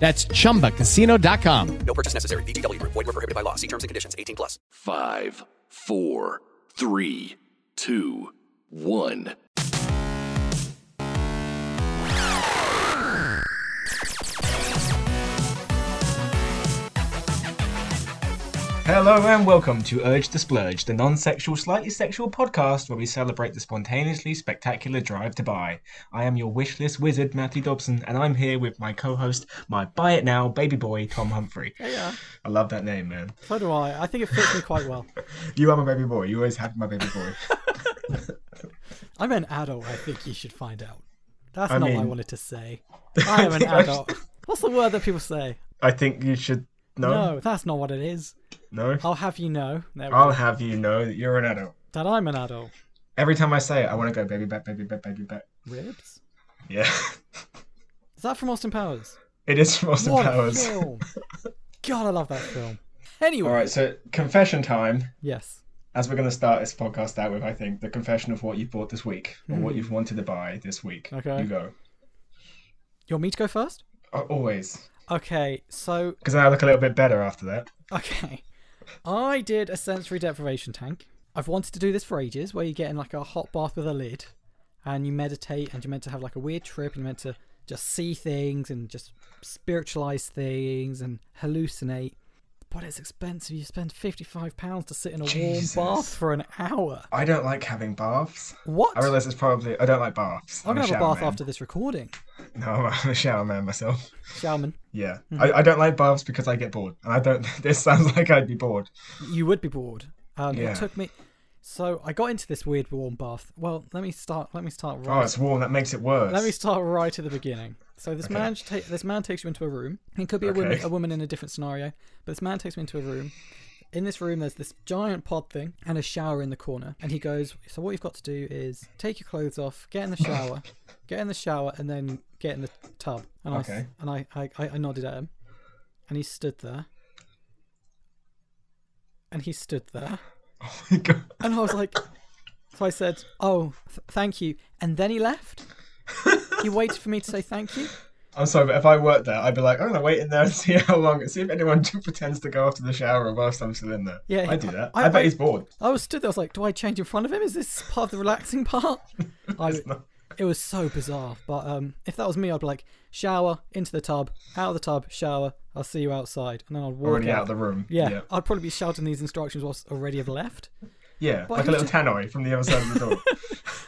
That's chumbacasino.com. No purchase necessary. VGW Group. Void were prohibited by law. See terms and conditions. 18 plus. Five, four, three, two, one. Hello and welcome to Urge the Splurge, the non sexual, slightly sexual podcast where we celebrate the spontaneously spectacular drive to buy. I am your wishlist wizard, Matthew Dobson, and I'm here with my co host, my buy it now baby boy, Tom Humphrey. Yeah, I love that name, man. so do I. I think it fits me quite well. You are my baby boy. You always have my baby boy. I'm an adult, I think you should find out. That's I not what I mean- wanted to say. I am an think I adult. What's the word that people say? I think you should. No? No, that's not what it is. No? I'll have you know there we I'll go, have you know that you're an adult. that I'm an adult. Every time I say it, I want to go baby back, baby back, baby back. Ribs? Yeah. Is that from Austin Powers? It is from Austin what Powers. a film! God, I love that film. Anyway, Alright, so confession time. yes. as we're going to start this podcast out with, I think the confession of what you've bought this week or what you've wanted to buy this week. Mm-hmm. Okay. You go. You want me to go first? Uh, Always. Okay, so Because then I look a little bit better after that. Okay. I did a sensory deprivation tank. I've wanted to do this for ages, where you get in like a hot bath with a lid and you meditate and you're meant to have like a weird trip and you're meant to just see things and just spiritualize things and hallucinate. But it's expensive. You spend £55 to sit in a Jesus. warm bath for an hour. I don't like having baths. What? I realise it's probably. I don't like baths. I'm going to have a shower bath man. after this recording. No, I'm a shower man myself. Shalman, Yeah. Mm-hmm. I, I don't like baths because I get bored. And I don't. This sounds like I'd be bored. you would be bored. Um, Yeah. It took me. So I got into this weird warm bath. Well, let me start. Let me start right. Oh, it's warm. That makes it worse. Let me start right at the beginning. So this man ta- this man takes you into a room. It could be a woman Okay. a woman in a different scenario, but this man takes me into a room. In this room, there's this giant pod thing and a shower in the corner. And he goes, "So what you've got to do is take your clothes off, get in the shower, get in the shower, and then get in the tub." And I s- Okay. and I, I I I nodded at him, and he stood there, and he stood there. Oh my God. And I was like, so I said, oh, th- thank you. And then he left. he waited for me to say thank you. I'm sorry, but if I worked there, I'd be like, I'm gonna wait in there and see how long, see if anyone pretends to go after the shower whilst I'm still in there. Yeah, I do that. I, I- bet I- he's bored. I was stood there. I was like, do I change in front of him? Is this part of the relaxing part? I, it was so bizarre. But um, if that was me, I'd be like, shower, into the tub, out of the tub, shower, I'll see you outside. And then I'd walk Already out of the room. Yeah, Yeah. I'd probably be shouting these instructions whilst already have left. Yeah, But like a he little just- tannoy from the other side of the door.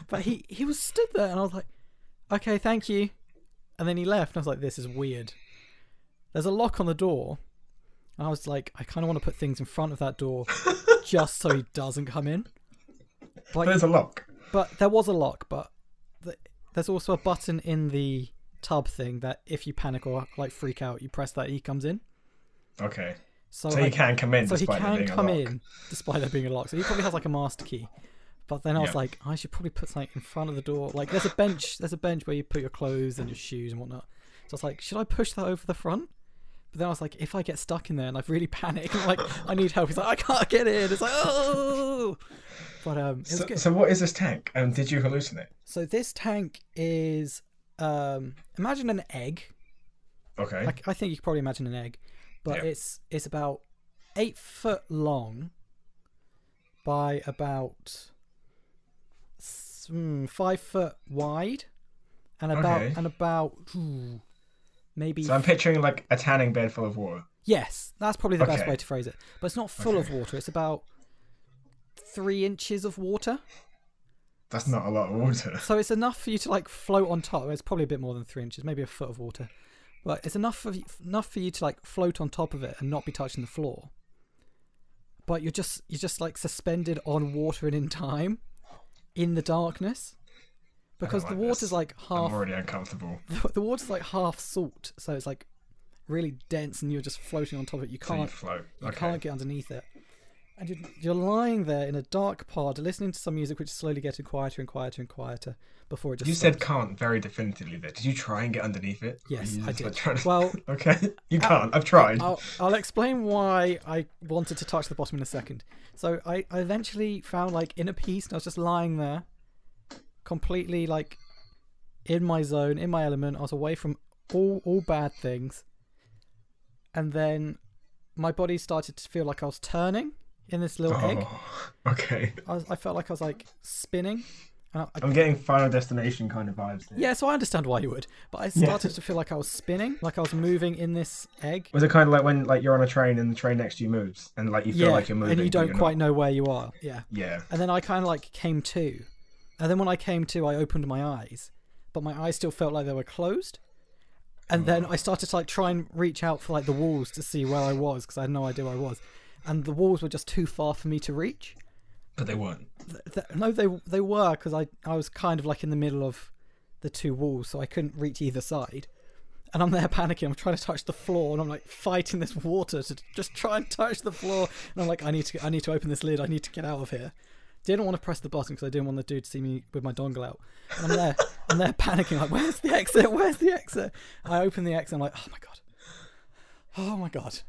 But he, he was stood there and I was like, okay, thank you. And then he left and I was like, this is weird. There's a lock on the door. And I was like, I kind of want to put things in front of that door just so he doesn't come in. But there's a lock. But there was a lock, but th- there's also a button in the tub thing that if you panic or like freak out, you press that, he comes in. Okay. So, So he I- can come in so he despite there can being a come lock. in despite there being a lock. So he probably has like a master key. But then I was Yeah. like, I should probably put something in front of the door. Like there's a bench, there's a bench where you put your clothes and your shoes and whatnot. So I was like, should I push that over the front? But then I was like, if I get stuck in there and I really panic, I'm like, I need help. He's like, I can't get in. It's like, oh. But um, it was So, good. so what is this tank? Um, did you hallucinate? So this tank is um imagine an egg. Okay. Like I think you could probably imagine an egg, but Yeah. it's it's about eight foot long by about s- mm, five foot wide, and about Okay. and about ooh, maybe So I'm picturing like a tanning bed full of water. yes, that's probably the best Okay. way to phrase it. But it's not full of water. It's about three inches of water. That's not a lot of water. So it's enough for you to like float on top. It's probably a bit more than three inches, maybe a foot of water, but it's enough of enough for you to like float on top of it and not be touching the floor. But you're just you're just like suspended on water and in time, in the darkness, because the like water's this. like half I'm already uncomfortable. the water's like half salt, so it's like really dense, and you're just floating on top of it. You So you can't float. you okay. can't get underneath it. And you're, you're lying there in a dark pod, listening to some music which is slowly getting quieter and quieter and quieter before it just. You said stops. can't very definitively there. Did you try and get underneath it? Or Yes, you I just, like, did. trying to- Well, uh, oh, okay. You can't. I've tried. I'll, I'll explain why I wanted to touch the bottom in a second. So I, I eventually found like in a piece, and I was just lying there, completely like in my zone, in my element. I was away from all all bad things, and then my body started to feel like I was turning in this little egg. Oh, okay. I, was, I felt like I was like spinning. And I, I- I'm getting Final Destination kind of vibes. There. yeah, so I understand why you would, but I started to feel like I was spinning, like I was moving in this egg. Was it kind of like when like you're on a train and the train next to you moves and like you feel yeah, like you're moving and you but don't you're quite not? know where you are. Yeah. Yeah. And then I kind of like came to, and then when I came to, I opened my eyes, but my eyes still felt like they were closed. Oh. And then I started to like try and reach out for like the walls to see where I was because I had no idea where I was, and the walls were just too far for me to reach. But they weren't. Th- no, they they were because I I was kind of like in the middle of the two walls, so I couldn't reach either side. And I'm there panicking. I'm trying to touch the floor, and I'm like fighting this water to just try and touch the floor. And I'm like, I need to I need to open this lid. I need to get out of here. Didn't want to press the button because I didn't want the dude to see me with my dongle out. And I'm there, I'm there panicking like, where's the exit? Where's the exit? I open the exit. I'm like, oh my god, oh my god,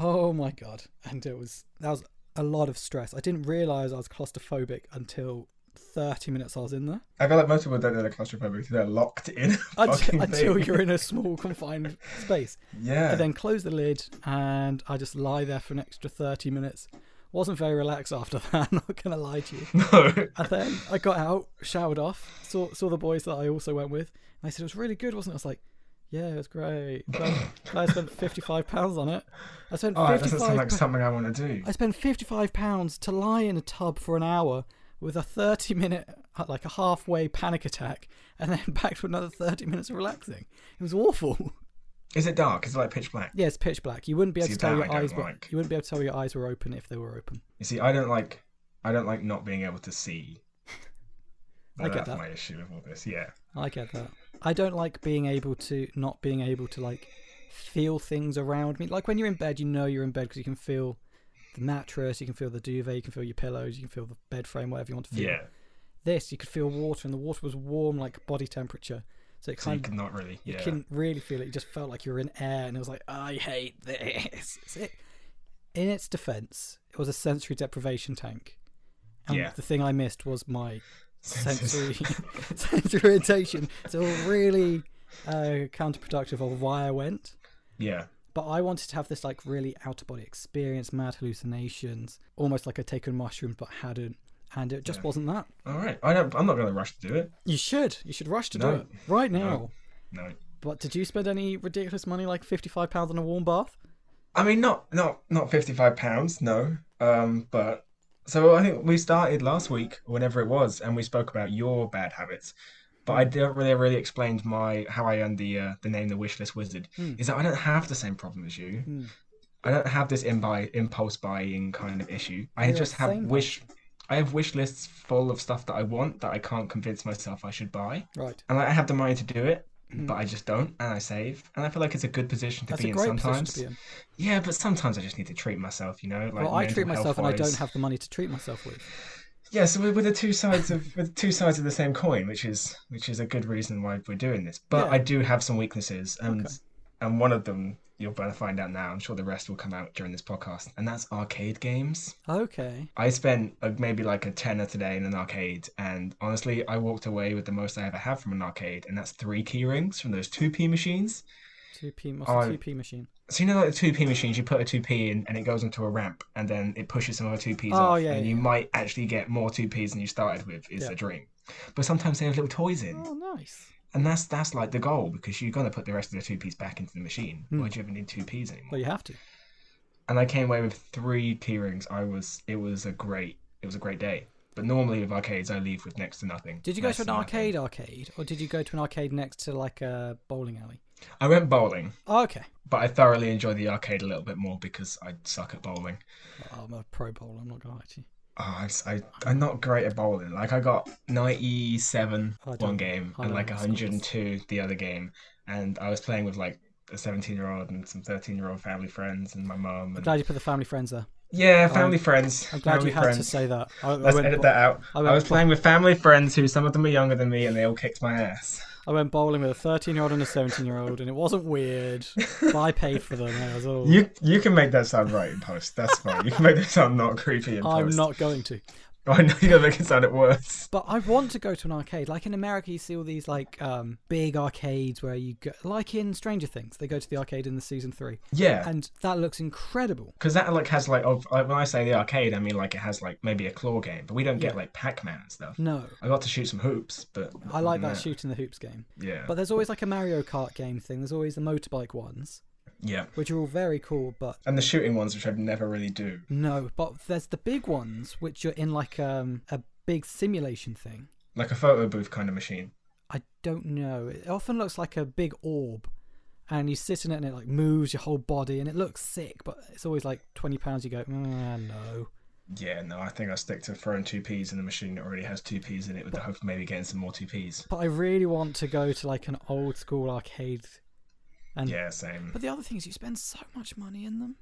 oh my god. And it was that was a lot of stress. I didn't realize I was claustrophobic until 30 minutes I was in there. I feel like most people don't know they're claustrophobic because they're locked in. a Until, fucking until thing. you're in a small confined space. Yeah. I then close the lid and I just lie there for an extra 30 minutes. Wasn't very relaxed after that, I'm not going to lie to you. No. And then I got out, showered off, saw saw the boys that I also went with, and they said it was really good, wasn't it? I was like, yeah, it was great. Glad, glad I spent fifty five pounds on it. I spent Oh, that fifty doesn't sound like five. something I want to do. I spent fifty five pounds to lie in a tub for an hour with a thirty minute, like a halfway panic attack, and then back to another thirty minutes of relaxing. It was awful. Is it dark? Is it like pitch black? Yeah, it's pitch black. You wouldn't be able See, to that tell your I don't eyes. were- like. You wouldn't be able to tell your eyes were open if they were open. You see, I don't like, I don't like not being able to see. I get That's that. my issue with all this. Yeah. I get that. I don't like being able to not being able to like feel things around me. Like when you're in bed, you know you're in bed because you can feel the mattress, you can feel the duvet, you can feel your pillows, you can feel the bed frame, whatever you want to feel. Yeah. This, you could feel water, and the water was warm, like body temperature. So it So you kind could of not really. you Yeah. couldn't really feel it. You just felt like you were in air, and it was like, I hate this. It's it. In its defense, it was a sensory deprivation tank. And Yeah. the thing I missed was my Senses. sensory sensory irritation. So really uh, counterproductive of why I went. Yeah. But I wanted to have this like really out of body experience, mad hallucinations, almost like I'd taken mushrooms but hadn't, and it just wasn't that. All right. I don't. I'm not going to rush to do it. You should, you should rush to No. do it right now. No. But did you spend any ridiculous money, like fifty-five pounds on a warm bath? I mean, not not not 55 pounds. No. Um. But so I think we started last week, whenever it was, and we spoke about your bad habits. But Hmm. I don't really really explained my how I earned the uh, the name the Wishlist Wizard Hmm. is that I don't have the same problem as you. I don't have this imbi- impulse buying kind of issue. I You're a just have sane wish. I have wish lists full of stuff that I want that I can't convince myself I should buy, Right. and like, I have the money to do it, but I just don't, and I save, and I feel like it's a good position to Hmm. That's be a in great sometimes. position to be in. Yeah, but sometimes I just need to treat myself, you know. Like Well, I treat mental myself, and I health-wise. don't have the money to treat myself with. Yeah, so we're, we're the two sides of we're the two sides of the same coin, which is which is a good reason why we're doing this. But Yeah. I do have some weaknesses, and and one of them you're going to find out now. I'm sure the rest will come out during this podcast, and that's arcade games. Okay. I spent uh, maybe like a tenner today in an arcade, and honestly, I walked away with the most I ever have from an arcade, and that's three key rings from those 2p machines. 2P, I- what's the 2P machine? So you know, like the 2p machines, you put a 2p in, and it goes onto a ramp, and then it pushes some other 2ps Oh, off, yeah, and yeah, you might actually get more 2ps than you started with. Is Yeah. the dream. But sometimes they have little toys in. Oh, nice. And that's that's like the goal because you're gonna put the rest of the two P's back into the machine. Hmm. Why do you ever need two P's anymore? Well, you have to. And I came away with three key rings. I was it was a great it was a great day. But normally with arcades I leave with next to nothing. Did you go Less to an than nothing. arcade arcade, or did you go to an arcade next to like a bowling alley? I went bowling, Oh, okay. but I thoroughly enjoyed the arcade a little bit more because I suck at bowling. Oh, I'm a pro bowler. I'm not gonna lie to you. Oh, I, s- I am not great at bowling. Like I got 97 Oh, I one don't- game I and don't like know the 102 the other game, and I was playing with like a 17 year old and some 13 year old family friends and my mum. I'm And... glad you put the family friends there. Yeah, family friends. I'm glad family you had friends. to say that. I, I Let's went edit bo- that out. I I, went was bo- playing with family friends who some of them are younger than me and they all kicked my ass. I went bowling with a 13 year old and a 17 year old, and it wasn't weird. but I paid for them. and I was all. You you can make that sound right in post. That's fine. You can make that sound not creepy in I'm post. not going to. I know you're gonna make it sound it worse. But I want to go to an arcade. Like in America, you see all these like um, big arcades where you go, like in Stranger Things, they go to the arcade in the season three, Yeah. and that looks incredible. Because that like has like, of, like when I say the arcade, I mean like it has like maybe a claw game, but we don't get like Pac-Man and stuff. No, I got to shoot some hoops, but I like that Nah. shooting the hoops game. Yeah, But there's always like a Mario Kart game thing. There's always the motorbike ones, yeah, which are all very cool. But and the shooting ones, which I'd never really do. no, but there's the big ones which are in like um, a big simulation thing. Like a photo booth kind of machine. I don't know. It often looks like a big orb, and you sit in it and it like moves your whole body, and it looks sick. But it's always like twenty pounds. You go, "Ah, no. Yeah, no, I think I stick to throwing two peas in a machine that already has two peas in it, with the hope of maybe getting some more two peas. But I really want to go to like an old school arcade. And Yeah, same. But the other thing is, you spend so much money in them.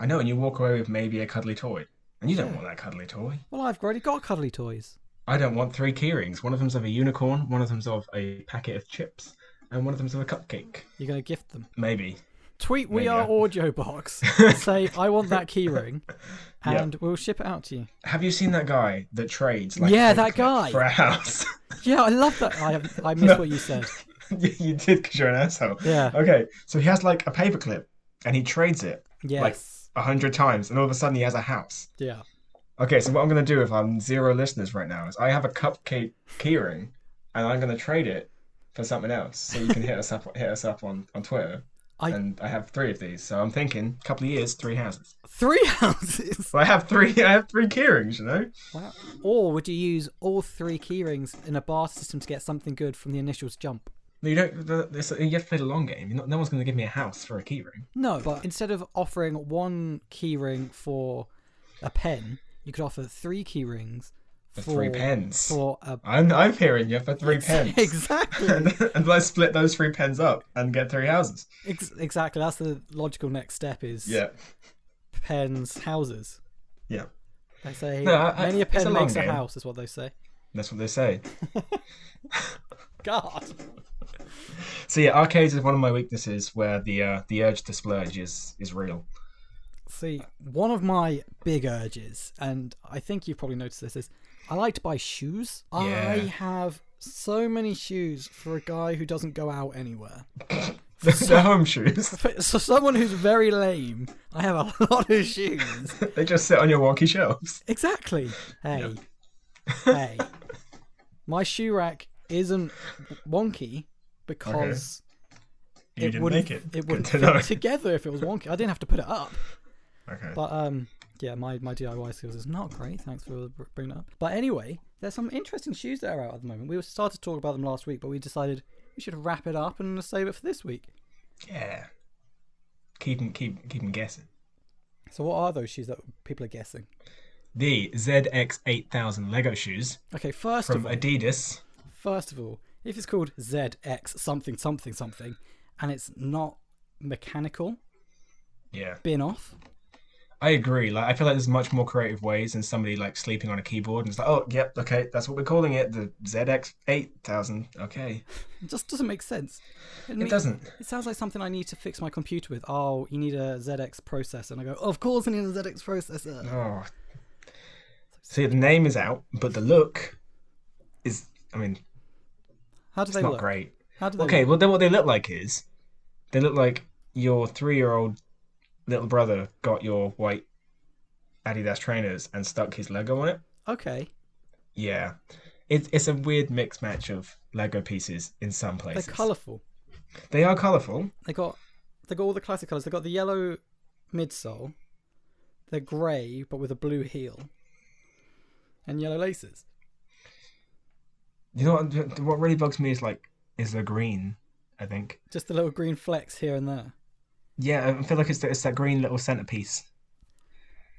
I know, and you walk away with maybe a cuddly toy, and you don't want that cuddly toy. Well, I've already got cuddly toys. I don't want three key rings. One of them's of a unicorn, one of them's of a packet of chips, and one of them's of a cupcake. You're gonna gift them. Maybe. Tweet we There you are go. audio box. Say I want that keyring, and we'll ship it out to you. Have you seen that guy that trades? Like, Yeah, paperclips that guy. for a house. Yeah, I love that. I have, I missed what you said. Yeah, you did because you're an asshole. Yeah. Okay, so he has like a paperclip and he trades it like Yes. a hundred times, and all of a sudden he has a house. yeah. Okay, so what I'm gonna do if I'm zero listeners right now is I have a cupcake keyring, and I'm gonna trade it for something else. So you can hit us up, hit us up on on Twitter. I- And I have three of these, so I'm thinking a couple of years, three houses. Three houses. So I have three, I have three keyrings, you know. Wow. Or would you use all three keyrings in a bar system to get something good from the initials jump? No, You don't. the- this- You have to play the long game. You're not, no one's gonna give me a house for a keyring. No, but instead of offering one keyring for a pen, you could offer three keyrings For for three pens. For a I'm, I'm hearing you for three pens. exactly, and, and let's split those three pens up and get three houses. Ex- exactly. That's the logical next step. Is pens houses. yeah, They say No, I- I- many a it's a pen long makes a game. house, is what they say. that's what they say. God, So yeah, arcades is one of my weaknesses where the uh, the urge to splurge is is real. see, one of my big urges, and I think you've probably noticed this, is I like to buy shoes. I Yeah. have so many shoes for a guy who doesn't go out anywhere. The home shoes, For, so someone who's very lame, I have a lot of shoes. they just sit on your wonky shelves. Exactly. Hey, hey, my shoe rack isn't wonky because You it didn't make wouldn't it. it wouldn't Good fit to know. together if it was wonky. I didn't have to put it up. Okay. But um, yeah, my my DIY skills is not great. Thanks for br- bringing it up. But anyway, there's some interesting shoes that are out at the moment. We started to talk about them last week, but we decided we should wrap it up and save it for this week. Yeah. Keep 'em- keep keep 'em guessing. So what are those shoes that people are guessing? The ZX8000 Lego shoes Okay, first from of all, Adidas. First of all, if it's called ZX something something something and it's not mechanical, Yeah. bin off. I agree. Like, I feel like there's much more creative ways than somebody like sleeping on a keyboard and it's like, oh, yep, okay, that's what we're calling it, the ZX eight thousand. Okay, It just doesn't make sense. it doesn't. It sounds like something I need to fix my computer with. Oh, you need a ZX processor. And I go, of course I need a ZX processor. Oh, see, the name is out, but the look is. I mean, How do it's they not look? great. How do they Okay, look? well, then what they look like is they look like your three year old little brother got your white Adidas trainers and stuck his Lego on it. Okay. Yeah. It, it's a weird mix match of Lego pieces in some They're places. colourful. They are colourful. They got they got all the classic colours. They got the yellow midsole. They're grey but with a blue heel. And yellow laces. You know what, what really bugs me is like is the green, I think. Just the little green flecks here and there. Yeah, I feel like it's, it's that green little centerpiece.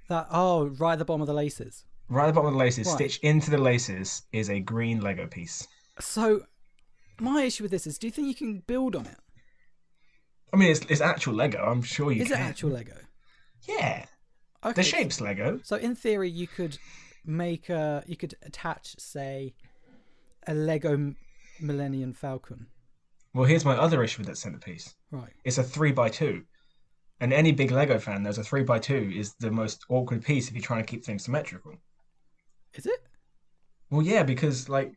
That oh, right at the bottom of the laces. Right at the bottom of the laces, Right. stitched into the laces, is a green Lego piece. So my issue with this is do you think you can build on it? I mean, it's, it's actual Lego. I'm sure you Is can. it actual Lego? Yeah. Okay. The shape's Lego. So in theory, you could make a you could attach, say, a Lego M- Millennium Falcon, Well, here's my other issue with that centerpiece. right? It's a three by two, and any big Lego fan knows a three by two is the most awkward piece if you're trying to keep things symmetrical. Is it? Well, yeah, because like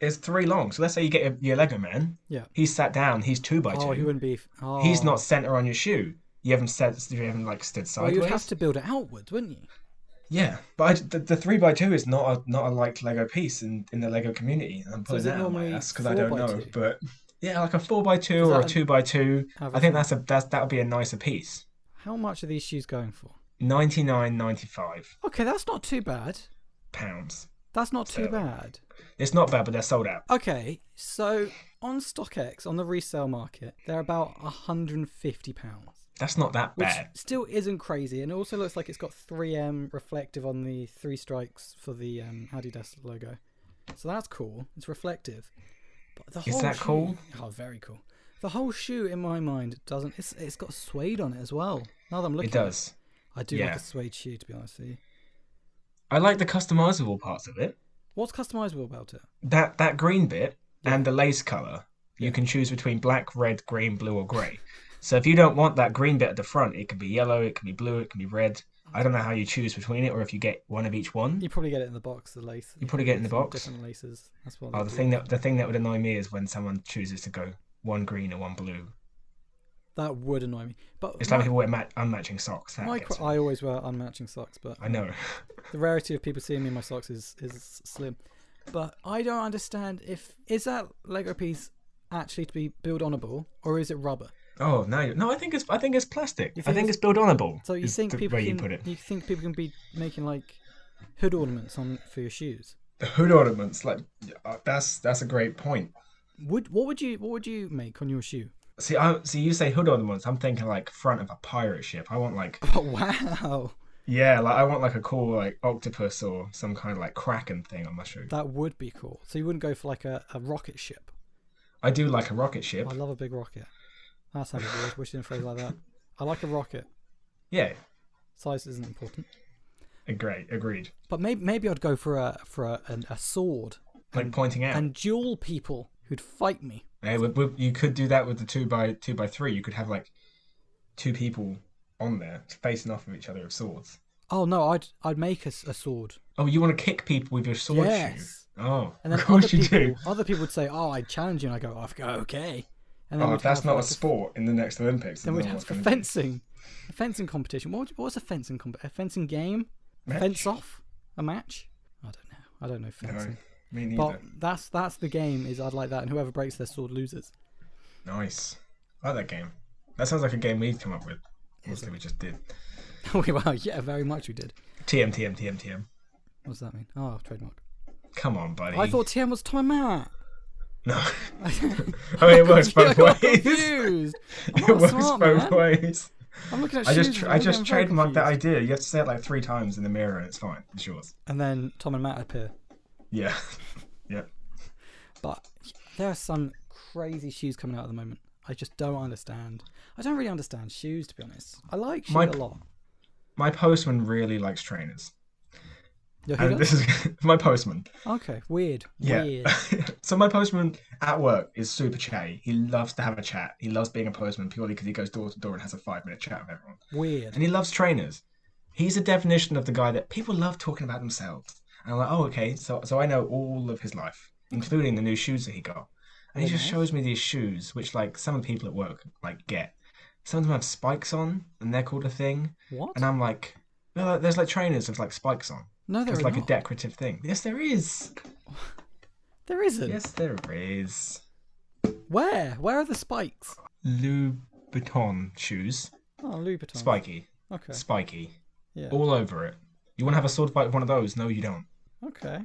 it's three long. So let's say you get your- your Lego man. Yeah. He's sat down. He's two by two. Oh, he wouldn't be. Oh. He's not center on your shoe. You haven't set. You haven't like stood Well, sideways. you'd have to build it outwards, wouldn't you? Yeah, but I, the, the three by two is not a not a liked Lego piece in, in the Lego community. I'm putting is it that on my normally ass because I four don't by know. two? But yeah, like a four by two or that a an two by two. I average think one? that's a that's that would be a nicer piece. How much are these shoes going for? Ninety nine ninety five Okay, that's not too bad. pounds. That's not too So- bad. It's not bad, but they're sold out. Okay, so on StockX on the resale market, they're about 150 pounds. That's not that which bad. still isn't crazy, and it also looks like it's got 3M reflective on the three strikes for the um, Adidas logo. So that's cool. It's reflective. But the Is whole that shoe- cool? Oh, very cool. The whole shoe, in my mind, doesn't. It's it's got suede on it as well. Now that I'm looking, It at does. I do yeah. like a suede shoe, to be honest with you. I like the customizable parts of it. What's customizable about it? That that green bit and the lace color. You can choose between black, red, green, blue, or grey. So if you don't want that green bit at the front, it can be yellow, it can be blue, it can be red. I don't know how you choose between it, or if you get one of each one. You probably get it in the box. The lace. You probably get it in the different- box. Different laces. That's what. Oh, they the do. thing that the thing that would annoy me is when someone chooses to go one green and one blue. that would annoy me. But It's my, like people wear ma- unmatching socks. That my gets cr- me. I always wear unmatching socks, but I know. the rarity of people seeing me in my socks is is slim. But I don't understand if is that Lego piece actually to be build onable or is it rubber? Oh no, you- no! I think it's I think it's plastic. You I think think it's- it's build onable. So you is think the people way can, you put it? think people can be making like hood ornaments on for your shoes? The hood ornaments, like uh, that's that's a great point. Would what would you what would you make on your shoe? See, I see you say hood ornaments. I'm thinking like front of a pirate ship. I want like Oh wow, yeah, like I want like a cool like octopus or some kind of like kraken thing on my shoe. that would be cool. So you wouldn't go for like a, a rocket ship. I do like a rocket ship. I love a big rocket. That's how we do it. Wish in a phrase like that. I like a rocket. Yeah, Size isn't important. agreed, agreed. But maybe maybe I'd go for a for a, an, a sword Like pointing out. and duel people who'd fight me. Hey, we, we, you could do that with the two by two by three. You could have like two people on there facing off of each other with swords. Oh no, I'd I'd make a, s- a sword, Oh, you want to kick people with your sword Yes. shoe? Oh, and then of other course you people do. other people would say, "Oh, I challenge you," and I go, "I've got okay." And Oh, we'd if that's have, not a like, f- sport in the next Olympics, Then I we'd don't know have what's a gonna be. fencing, a fencing competition. What, would- what was a fencing comp- a fencing game? A Match? Fence off? A match? I don't know. I don't know fencing. No, me neither. but that's that's the game. Is I'd like that, and whoever breaks their sword loses. Nice. I like that game. That sounds like a game we've come up with. Obviously, we just did. We- wow, yeah, very much we did. TM, TM, TM, TM. What does that mean? Oh, trademark. Come on, buddy. I thought TM was Tom and No. Matt. I mean, it works I both got ways. confused. I'm It not works smart, both man. ways. I'm looking at I just, shoes tr- and I I'm just getting very trademarked that confused. idea. You have to say it like three times in the mirror, and it's fine. It's yours. And then Tom and Matt appear. Yeah. yeah. But there are some crazy shoes coming out at the moment. I just don't understand. I don't really understand shoes, to be honest. I like shoes My- a lot. My postman really likes trainers. Your who And does? this is my postman. Okay, weird. Yeah. Weird. so my postman at work is super chatty. He loves to have a chat. He loves being a postman purely because he goes door to door and has a five minute chat with everyone. Weird. And he loves trainers. He's a definition of the guy that people love talking about themselves. And I'm like, oh, okay. So, so I know all of his life, including the new shoes that he got. And he Very just nice. shows me these shoes, which like some of the people at work like get. Some of them have spikes on, and they're called a thing. What? And I'm like, no, like, there's like trainers with like spikes on. No, there It's are like a not. decorative thing. Yes, there is. There isn't. Yes, there is. Where? Where are the spikes? Louboutin shoes, Oh, Louboutin. spiky, Okay. spiky, Yeah. all over it. You want to have a sword fight with one of those? No, you don't. Okay.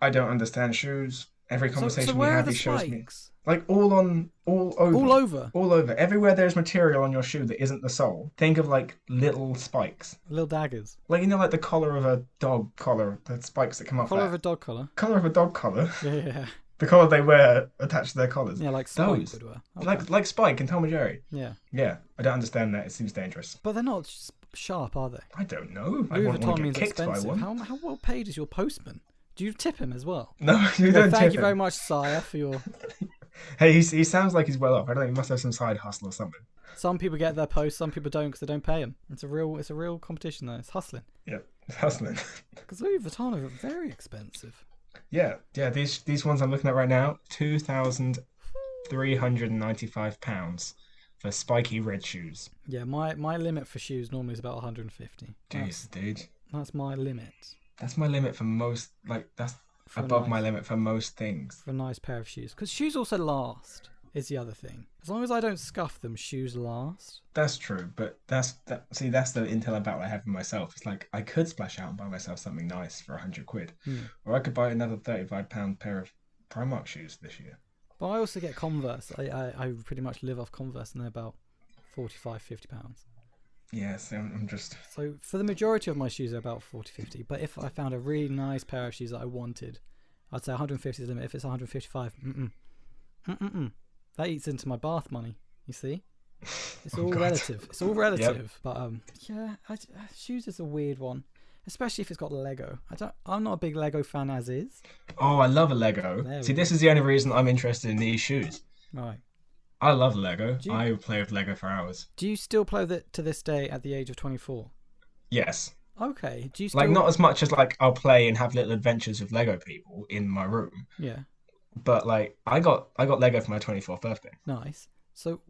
I don't understand shoes. Every So, conversation so we where are have, the he shows me. spikes? Like all on, all over, All over. all over. Everywhere there's material on your shoe that isn't the sole. Think of like little spikes, Little daggers. like you know, like the collar of a dog collar, the spikes that come off. Collar that. of a dog collar. collar of a dog collar, Yeah, yeah, yeah. the collar they wear attached to their collars. Yeah, like spike those, would wear. Okay. like like Spike and Tom and Jerry. Yeah. Yeah, I don't understand that. It seems dangerous. But they're not s- sharp, are they? I don't know. I wouldn't Louis want Vuitton to means get kicked by expensive. one. How, how well paid is your postman? Do you tip him as well? No, you Well, don't thank tip you him. very much, Sire, for your. Hey, he's, he sounds like he's well off. I don't know. He must have some side hustle or something. Some people get their posts, some people don't because they don't pay them. It's a real, it's a real competition though. It's hustling. Yeah, hustling. Because Louis Vuitton are very expensive. yeah, yeah. These these ones I'm looking at right now, two thousand three hundred and ninety-five pounds for spiky red shoes. Yeah, my my limit for shoes normally is about 150. Jeez, dude, That's my limit that's my limit for most. Like that's For above my nice. limit for most things. for a nice pair of shoes. Because shoes also last. Is the other thing. As long as I don't scuff them, shoes last. That's true, but that's that. See, that's the intel about I have for myself. It's like I could splash out and buy myself something nice for hundred quid, Hmm. or I could buy another thirty-five pound pair of Primark shoes this year. But I also get Converse. I I, I pretty much live off Converse, and they're about 45, 50 pounds. Yes, I'm, I'm just So for the majority of my shoes, they're about 40, 50. But if I found a really nice pair of shoes that I wanted, I'd say 150 is the limit. If it's 155, mm-mm. Mm-mm-mm. That eats into my bath money, you see? It's Oh, all relative. It's all relative. But um, yeah, I, j- uh, shoes is a weird one, especially if it's got Lego. I don't, I'm not a big Lego fan as is. Oh, I love a Lego. There See, we this is the only reason I'm interested in these shoes. Right. I love Lego. you- I would play with Lego for hours. Do you still play with it to this day at the age of 24? Yes. Okay. Do you still? Like not as much as like I'll play and have little adventures with Lego people in my room, Yeah. but like I got I got Lego for my 24th birthday. Nice. So,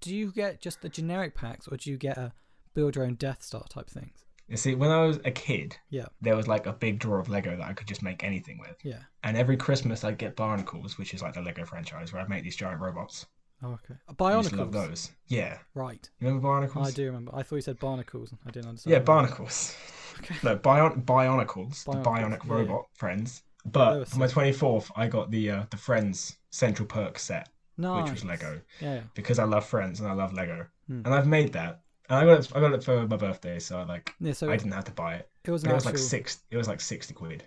do you get just the generic packs, or do you get a build your own Death Star type things? You see, when I was a kid, Yeah, there was like a big drawer of Lego that I could just make anything with. yeah. And every Christmas I'd get Barnacles, which is like the Lego franchise where I make these giant robots. Oh, okay. A I used to love Bionicles. those. Yeah. Right. You remember Barnacles? I do remember. I thought you said barnacles. I didn't understand. Yeah, that. Barnacles. No, Bion- Bionicles, the Bionicles, Bionic yeah. robot friends. they were But for my 24th, I got the uh, the Friends Central Perk set, Nice. which was Lego, Yeah. yeah. because I love Friends and I love Lego, Hmm. and I've made that. And I got it. I got it for my birthday, so I like. Yeah, so I it- didn't have to buy it. It was But an it was like actual- six. It was like sixty quid.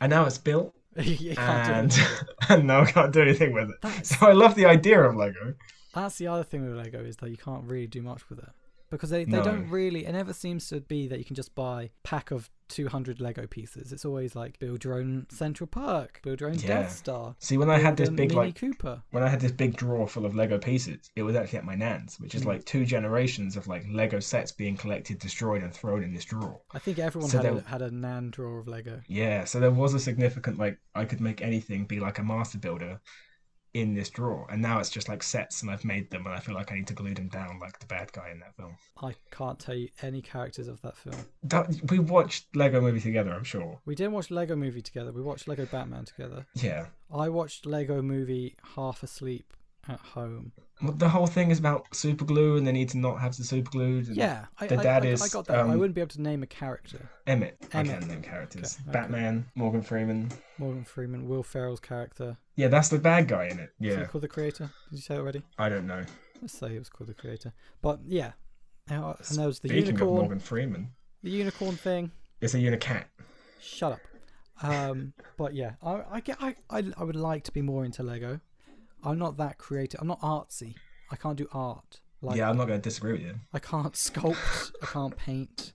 And now it's built, you can't do and it. and now I can't do anything with it. So I love the idea of Lego. That's the other thing with Lego is that you can't really do much with it because they, they No. don't really. It never seems to be that you can just buy pack of two hundred Lego pieces. It's always like build your own Central Park, build your own Yeah. Death Star. See, when I had this build a big, Mini like- Cooper. when I had this big drawer full of Lego pieces, it was actually at my nan's, which is Hmm. like two generations of like Lego sets being collected, destroyed, and thrown in this drawer. I think everyone So had, a, they'll- had a Nan drawer of Lego. Yeah, so there was a significant like I could make anything be like a master builder in this drawer, and now it's just like sets, and I've made them, and I feel like I need to glue them down like the bad guy in that film. I can't tell you any characters of that film. That we watched Lego Movie together, I'm sure. We didn't watch Lego Movie together. We watched Lego Batman together. Yeah, I watched Lego Movie half asleep at home. Well, the whole thing is about super glue, and they need to not have the super glue. and Yeah, I, the I- dad I, is I got that. I um, wouldn't be able to name a character. Emmett. I Emmett. can name characters. Okay, okay. Batman, Morgan Freeman. Morgan Freeman, Will Ferrell's character. Yeah, that's the bad guy in it. Is he Yeah, called the creator? Did you say already? I don't know. Let's say it was called the creator. But yeah, and I- and there was the Speaking of unicorn, Morgan Freeman, the unicorn thing. it's a unicat. Shut up. Um, but yeah, I, I get. I, I I would like to be more into Lego. I'm not that creative. I'm not artsy. I can't do art. Like, yeah, I'm not going to disagree with you. I can't sculpt, I can't paint,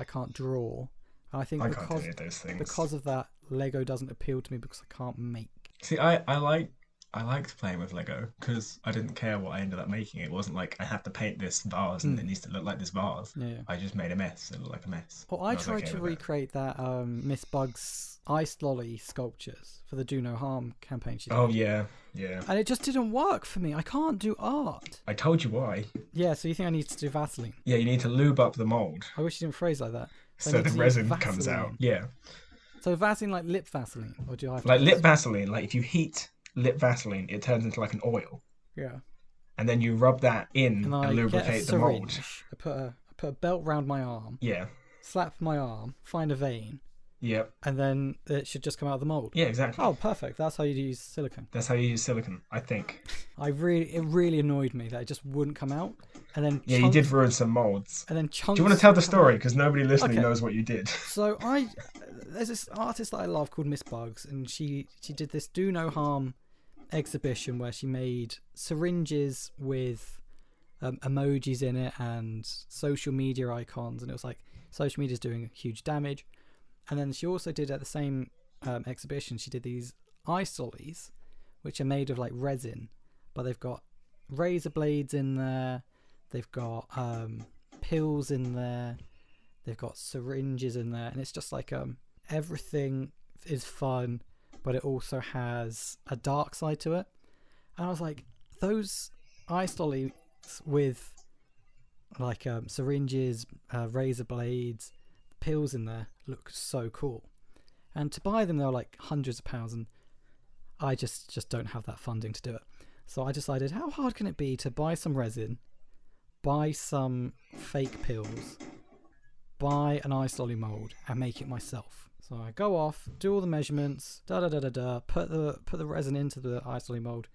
I can't draw. And I think I can't do because any of those things. because of that, Lego doesn't appeal to me because I can't make. See, I, I like I liked playing with Lego because I didn't care what I ended up making. It wasn't like I have to paint this vase and it needs to look like this vase. Hmm. Yeah. I just made a mess. It looked like a mess. Well, I was tried okay to with it. recreate that um, Miss Bugs ice lolly sculptures for the Do No Harm campaign she did, Oh yeah, yeah. and it just didn't work for me. I can't do art. I told you why. Yeah, so you think I need to do Vaseline? Yeah, you need to lube up the mold I wish you didn't phrase like that. I so need the to use resin comes out. Vaseline. Yeah, So Vaseline, like lip Vaseline, or do I have like lip Vaseline. Like if you heat lip Vaseline, it turns into like an oil, Yeah. and then you rub that in And and, I get a lubricate the mold. syringe. I put a I put a belt round my arm, Yeah, slap my arm, find a vein, yeah, and then it should just come out of the mold. yeah. Exactly. Oh, perfect. That's how you use silicone. That's how you use silicon, I think. I really, it really annoyed me that it just wouldn't come out, and then Yeah, you chunks- did ruin some molds. And then chunks. Do you want to tell the story? Because nobody listening Okay. knows what you did. So I, there's this artist that I love called Miss Bugs, and she she did this do no harm exhibition where she made syringes with um, emojis in it and social media icons, and it was like social media's doing huge damage. And then she also did at the same um, exhibition, she did these ice lollies, which are made of like resin, but they've got razor blades in there, they've got um, pills in there, they've got syringes in there and it's just like um everything is fun but it also has a dark side to it and i was like those ice lollies with like um, syringes uh, razor blades pills in there look so cool and to buy them they were like hundreds of pounds and i just just don't have that funding to do it so i decided how hard can it be to buy some resin buy some fake pills buy an ice lolly mold and make it myself. So I go off, do all the measurements, da da da da da, put the put the resin into the ice lolly mold,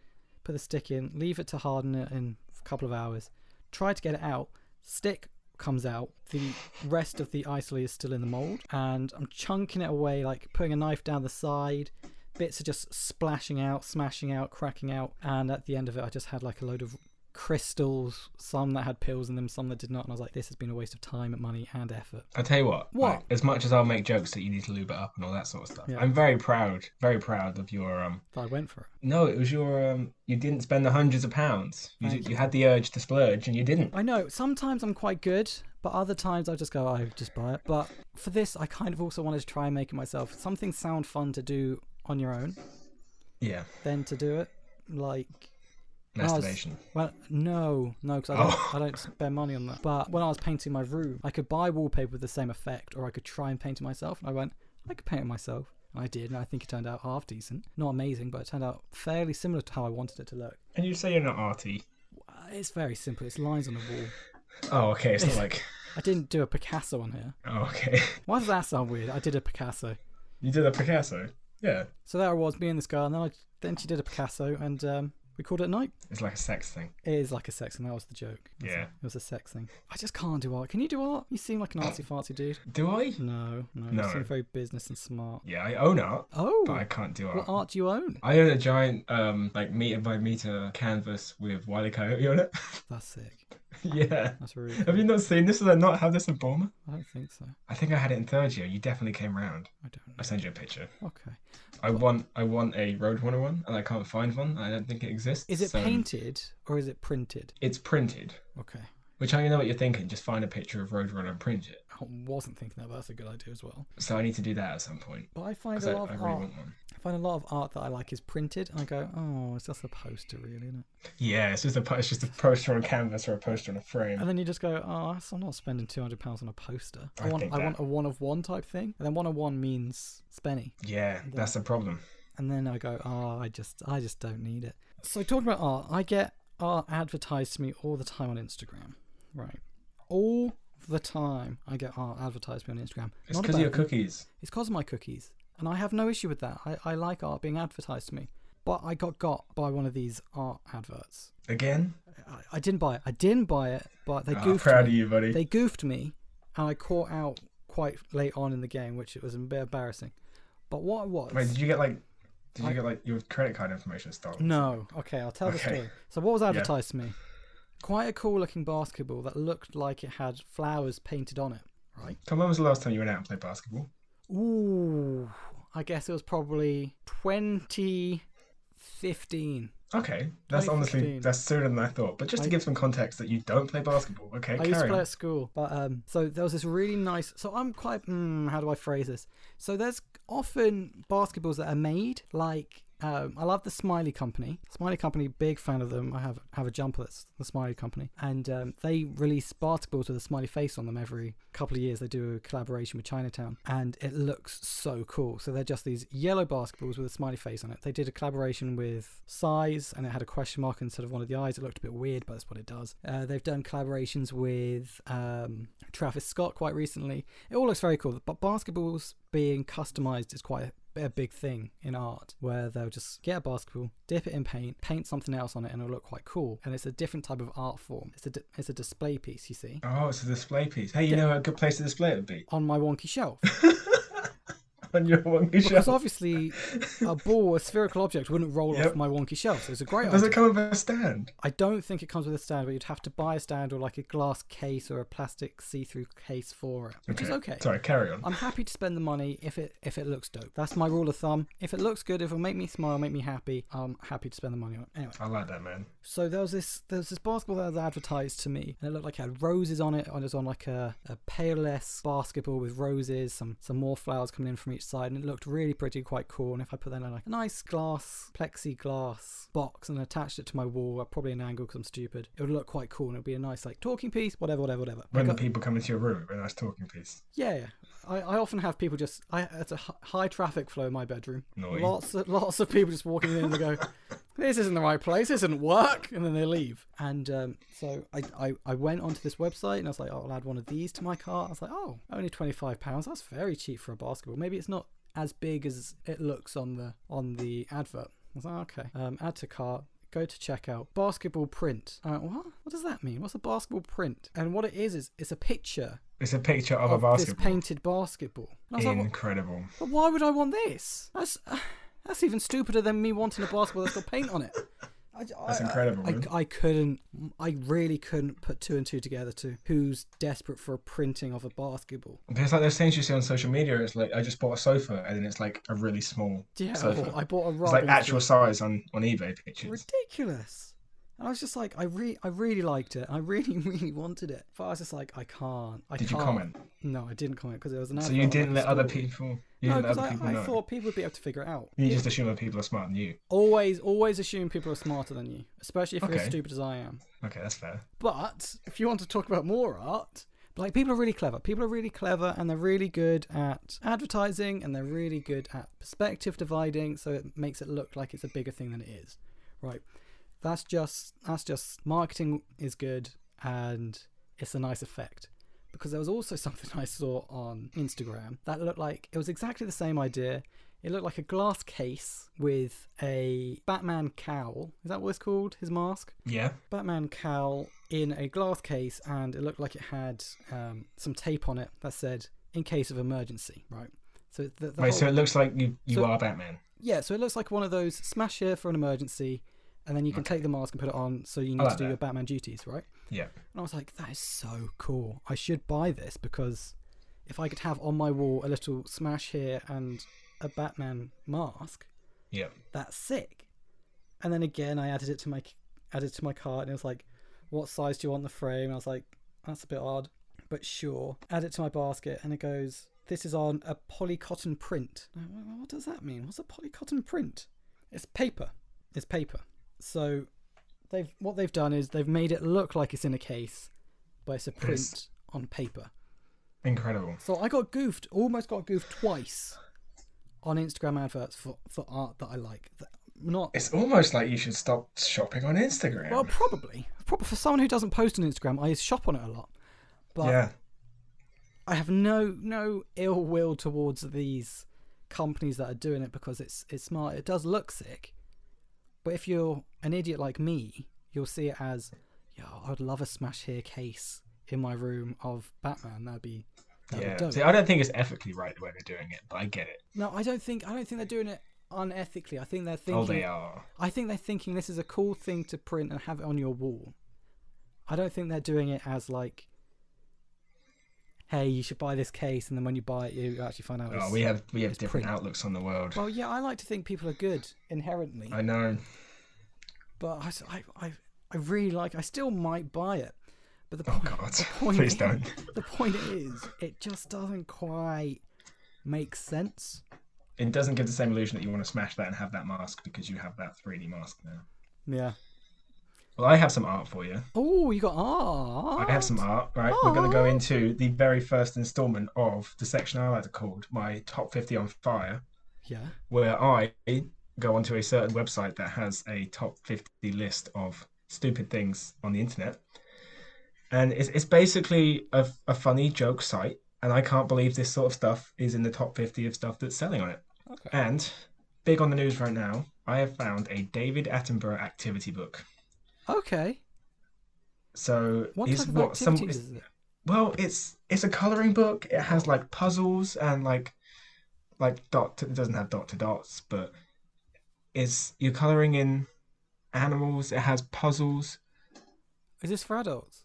put the stick in, leave it to harden it in a couple of hours, try to get it out, stick comes out, the rest of the ice lolly is still in the mold, and I'm chunking it away, like putting a knife down the side. Bits are just splashing out, smashing out, cracking out, and at the end of it, I just had like a load of crystals, some that had pills in them, some that did not, and I was like, this has been a waste of time, money, and effort. I tell you what. What? like, as much as I'll make jokes that you need to lube it up and all that sort of stuff, Yeah. I'm very proud, very proud of your. um that I went for it. No, it was your. um You didn't spend the hundreds of pounds. You, Thank you had the urge to splurge and you didn't. I know sometimes I'm quite good, but other times I just go, I just buy it. But for this, I kind of also wanted to try and make it myself. Some things sound fun to do on your own, Yeah, then to do it like when I was- masturbation. Well, no, no, because I don't, I don't spend money on that. But when I was painting my room, I could buy wallpaper with the same effect, or I could try and paint it myself. And I went, I could paint it myself. And I did, and I think it turned out half decent. Not amazing, but it turned out fairly similar to how I wanted it to look. And you say you're not arty. Uh, It's very simple. It's lines on a wall. Oh, okay. It's not like. I didn't do a Picasso on here. Oh, okay. Why does that sound weird? I did a Picasso. You did a Picasso. Yeah. So there I was, me and this girl, and then I then she did a Picasso, and um, we called it a night. It's like a sex thing. It is like a sex thing. That was the joke. It was a- Yeah. it was a sex thing. I just can't do art. Can you do art? You seem like an artsy fartsy dude. Do I? No, no, No. You seem very business and smart. Yeah, I own art, Oh, but I can't do what art. art do you own? I own a giant, um, like meter by meter canvas with Wile E. Coyote on it. That's sick. yeah. That's really. Have cool. you not seen this? Did I not have this in Bournemouth? I don't think so. I think I had it in third year. You definitely came round. I don't I'll send you a picture. know. Okay. I want I want a Road 101 and I can't find one. I don't think it exists. Is it so painted or is it printed? It's printed. Okay. Which I know what you're thinking. Just find a picture of Road Runner and print it. I wasn't thinking that, but that's a good idea as well. So I need to do that at some point. But I find 'Cause a I, lot I of really art. want one. I find a lot of art that I like is printed, and I go, oh, it's just a poster, really, isn't it? Yeah, it's just a po- it's just a poster on canvas or a poster on a frame. And then you just go, oh, that's- I'm not spending two hundred pounds on a poster. I, I want, think I that- want a one of one type thing, and then one of one means spenny. Yeah, that's the problem. And then I go, oh, I just, I just don't need it. So talking about art, I get art advertised to me all the time on Instagram, right? All the time, I get art advertised to me on Instagram. It's Not a because of your bad thing. cookies. It's because of my cookies. And I have no issue with that. I, I like art being advertised to me. But I got got by one of these art adverts. Again? I, I didn't buy it. I didn't buy it, but they Ah, goofed proud me. of you, buddy. They goofed me, and I caught out quite late on in the game, which it was a bit embarrassing. But what it was. Wait, did you get like did you I- get like your credit card information stolen? No. Okay, I'll tell the Okay. story. So what was advertised to me? quite a cool looking basketball that looked like it had flowers painted on it. Right. Tom, when was the last time you went out and played basketball? Ooh, I guess it was probably 2015. Okay, that's 2015. honestly that's sooner than I thought. But just to give some context that you don't play basketball, okay, I carry used to play on. at school, but um, so there was this really nice. So I'm quite. Mm, how do I phrase this? So there's often basketballs that are made like. Um, I love the Smiley Company. Smiley Company, big fan of them. I have have a jumper that's the Smiley Company, and um, they release basketballs with a smiley face on them every couple of years. They do a collaboration with Chinatown, and it looks so cool. So they're just these yellow basketballs with a smiley face on it. They did a collaboration with Size, and it had a question mark instead of one of the eyes. It looked a bit weird, but that's what it does. Uh, they've done collaborations with um, Travis Scott quite recently. It all looks very cool, but basketballs being customized is quite a, a big thing in art, where they'll just get a basketball, dip it in paint, paint something else on it, and it'll look quite cool. And it's a different type of art form. It's a di- it's a display piece, you see, Oh, it's a display piece. Hey, you know a good place to display it would be on my wonky shelf. on your wonky Because shelf. obviously, a ball, a spherical object, wouldn't roll off Yep. my wonky shelf. So it's a great Does idea. it come with a stand? I don't think it comes with a stand, but you'd have to buy a stand or like a glass case or a plastic see-through case for it, which is okay. Sorry, carry on. I'm happy to spend the money if it if it looks dope. That's my rule of thumb. If it looks good, if it'll make me smile, make me happy, I'm happy to spend the money on it. Anyway, I like that man. so there was this there was this basketball that was advertised to me, and it looked like it had roses on it, and it was on like a, a paleless basketball with roses, some some more flowers coming in from each side, and it looked really pretty, quite cool. And if I put that in like a nice glass plexiglass box and attached it to my wall, at probably an angle because I'm stupid, it would look quite cool, and it would be a nice like talking piece, whatever, whatever, whatever. I When the got- people come into your room, a nice talking piece. yeah, yeah. I, I often have people just. I it's a hi- high traffic flow in my bedroom. Annoying. Lots of lots of people just walking in and they go, "This isn't the right place. This isn't work," and then they leave. And um, so I, I I went onto this website and I was like, oh, "I'll add one of these to my cart." I was like, "Oh, only twenty five pounds. That's very cheap for a basketball. Maybe it's not as big as it looks on the on the advert." I was like, "Okay." Um, add to cart go to checkout basketball print uh, what what does that mean what's a basketball print and what it is is it's a picture It's a picture of, a this basketball. painted basketball. And I was like, Incredible. "Wh- but why would I want this? That's that's even stupider than me wanting a basketball that's got paint on it. I, That's incredible. Uh, I, man. I couldn't, I really couldn't put two and two together to who's desperate for a printing of a basketball. It's like those things you see on social media. It's like I just bought a sofa, and then it's like a really small Yeah, sofa. I bought a it's like Robinson. actual size on on eBay pictures. ridiculous. And I was just like, I re- I really liked it. I really, really wanted it. But I was just like, I can't. I Did you can't. comment? Oh, No, I didn't comment because it was an. So advert you on, didn't like, let a other school. people. You No, didn't let because other I, people I know. thought people would be able to figure it out. You just assume that people are smarter than you. Always, always assume people are smarter than you, especially if you're as Okay. stupid as I am. Okay, that's fair. But if you want to talk about more art, like people are really clever. People are really clever and they're really good at advertising and they're really good at perspective dividing, so it makes it look like it's a bigger thing than it is. Right. That's just that's just marketing is good and it's a nice effect. Because there was also something I saw on Instagram that looked like it was exactly the same idea. It looked like a glass case with a Batman cowl. Is that what it's called? His mask? Yeah. Batman cowl in a glass case, and it looked like it had um, some tape on it that said "in case of emergency." Right. So the, the Wait, whole- so it looks like you you are Batman. yeah, so it looks like one of those smash here for an emergency, and then you can take the mask and put it on, so you need like to do that. your Batman duties, right? Yeah. And I was like, that is so cool. I should buy this because if I could have on my wall a little smash here and a Batman mask, Yeah. that's sick. And then again, I added it to my added to my cart, and it was like, what size do you want the frame? And I was like, that's a bit odd, but sure. Add it to my basket, and it goes, this is on a polycotton print. I'm like, "Well, What does that mean? What's a polycotton print? It's paper. It's paper. So they've what they've done is they've made it look like it's in a case, but it's a print on paper. Incredible. So I got goofed, almost got goofed twice on Instagram adverts for, for art that I like. Th- Not It's almost like you should stop shopping on Instagram. well, probably, probably for someone who doesn't post on Instagram, I shop on it a lot. But yeah. I have no no ill will towards these companies that are doing it because it's it's smart. It does look sick, but if you're an idiot like me, you'll see it as, yeah, I would love a smash here case in my room of Batman. That'd be that'd be Yeah. dope. See, I don't think it's ethically right the way they're doing it, but I get it. No, I don't think I don't think they're doing it unethically. I think they're thinking. Oh, they are. I think they're thinking this is a cool thing to print and have it on your wall, I don't think they're doing it as like, hey, you should buy this case, and then when you buy it, you actually find out. Oh, it's- we have we have it's different print. outlooks on the world. Well, yeah, I like to think people are good inherently, I know. but I, s- I, I, I really like. I still might buy it, but the Oh point, God, the point please is- don't. The point is, it just doesn't quite make sense. It doesn't give the same illusion that you want to smash that and have that mask because you have that 3D mask now. Yeah. Well, I have some art for you. Oh, you got ah. I have some art, right? We're going to go into the very first installment of the section I like to call my top 50 on fire, Yeah. where I go onto a certain website that has a top 50 list of stupid things on the internet. And it's, it's basically a, a funny joke site. And I can't believe this sort of stuff is in the top 50 of stuff that's selling on it. Okay. And big on the news right now, I have found a David Attenborough activity book. Okay. So What he's type of what some activities it's- is it? Well, it's it's a coloring book. It has like puzzles and like like dot. To, it doesn't have dot to dots, but it's you're coloring in animals. It has puzzles. Is this for adults?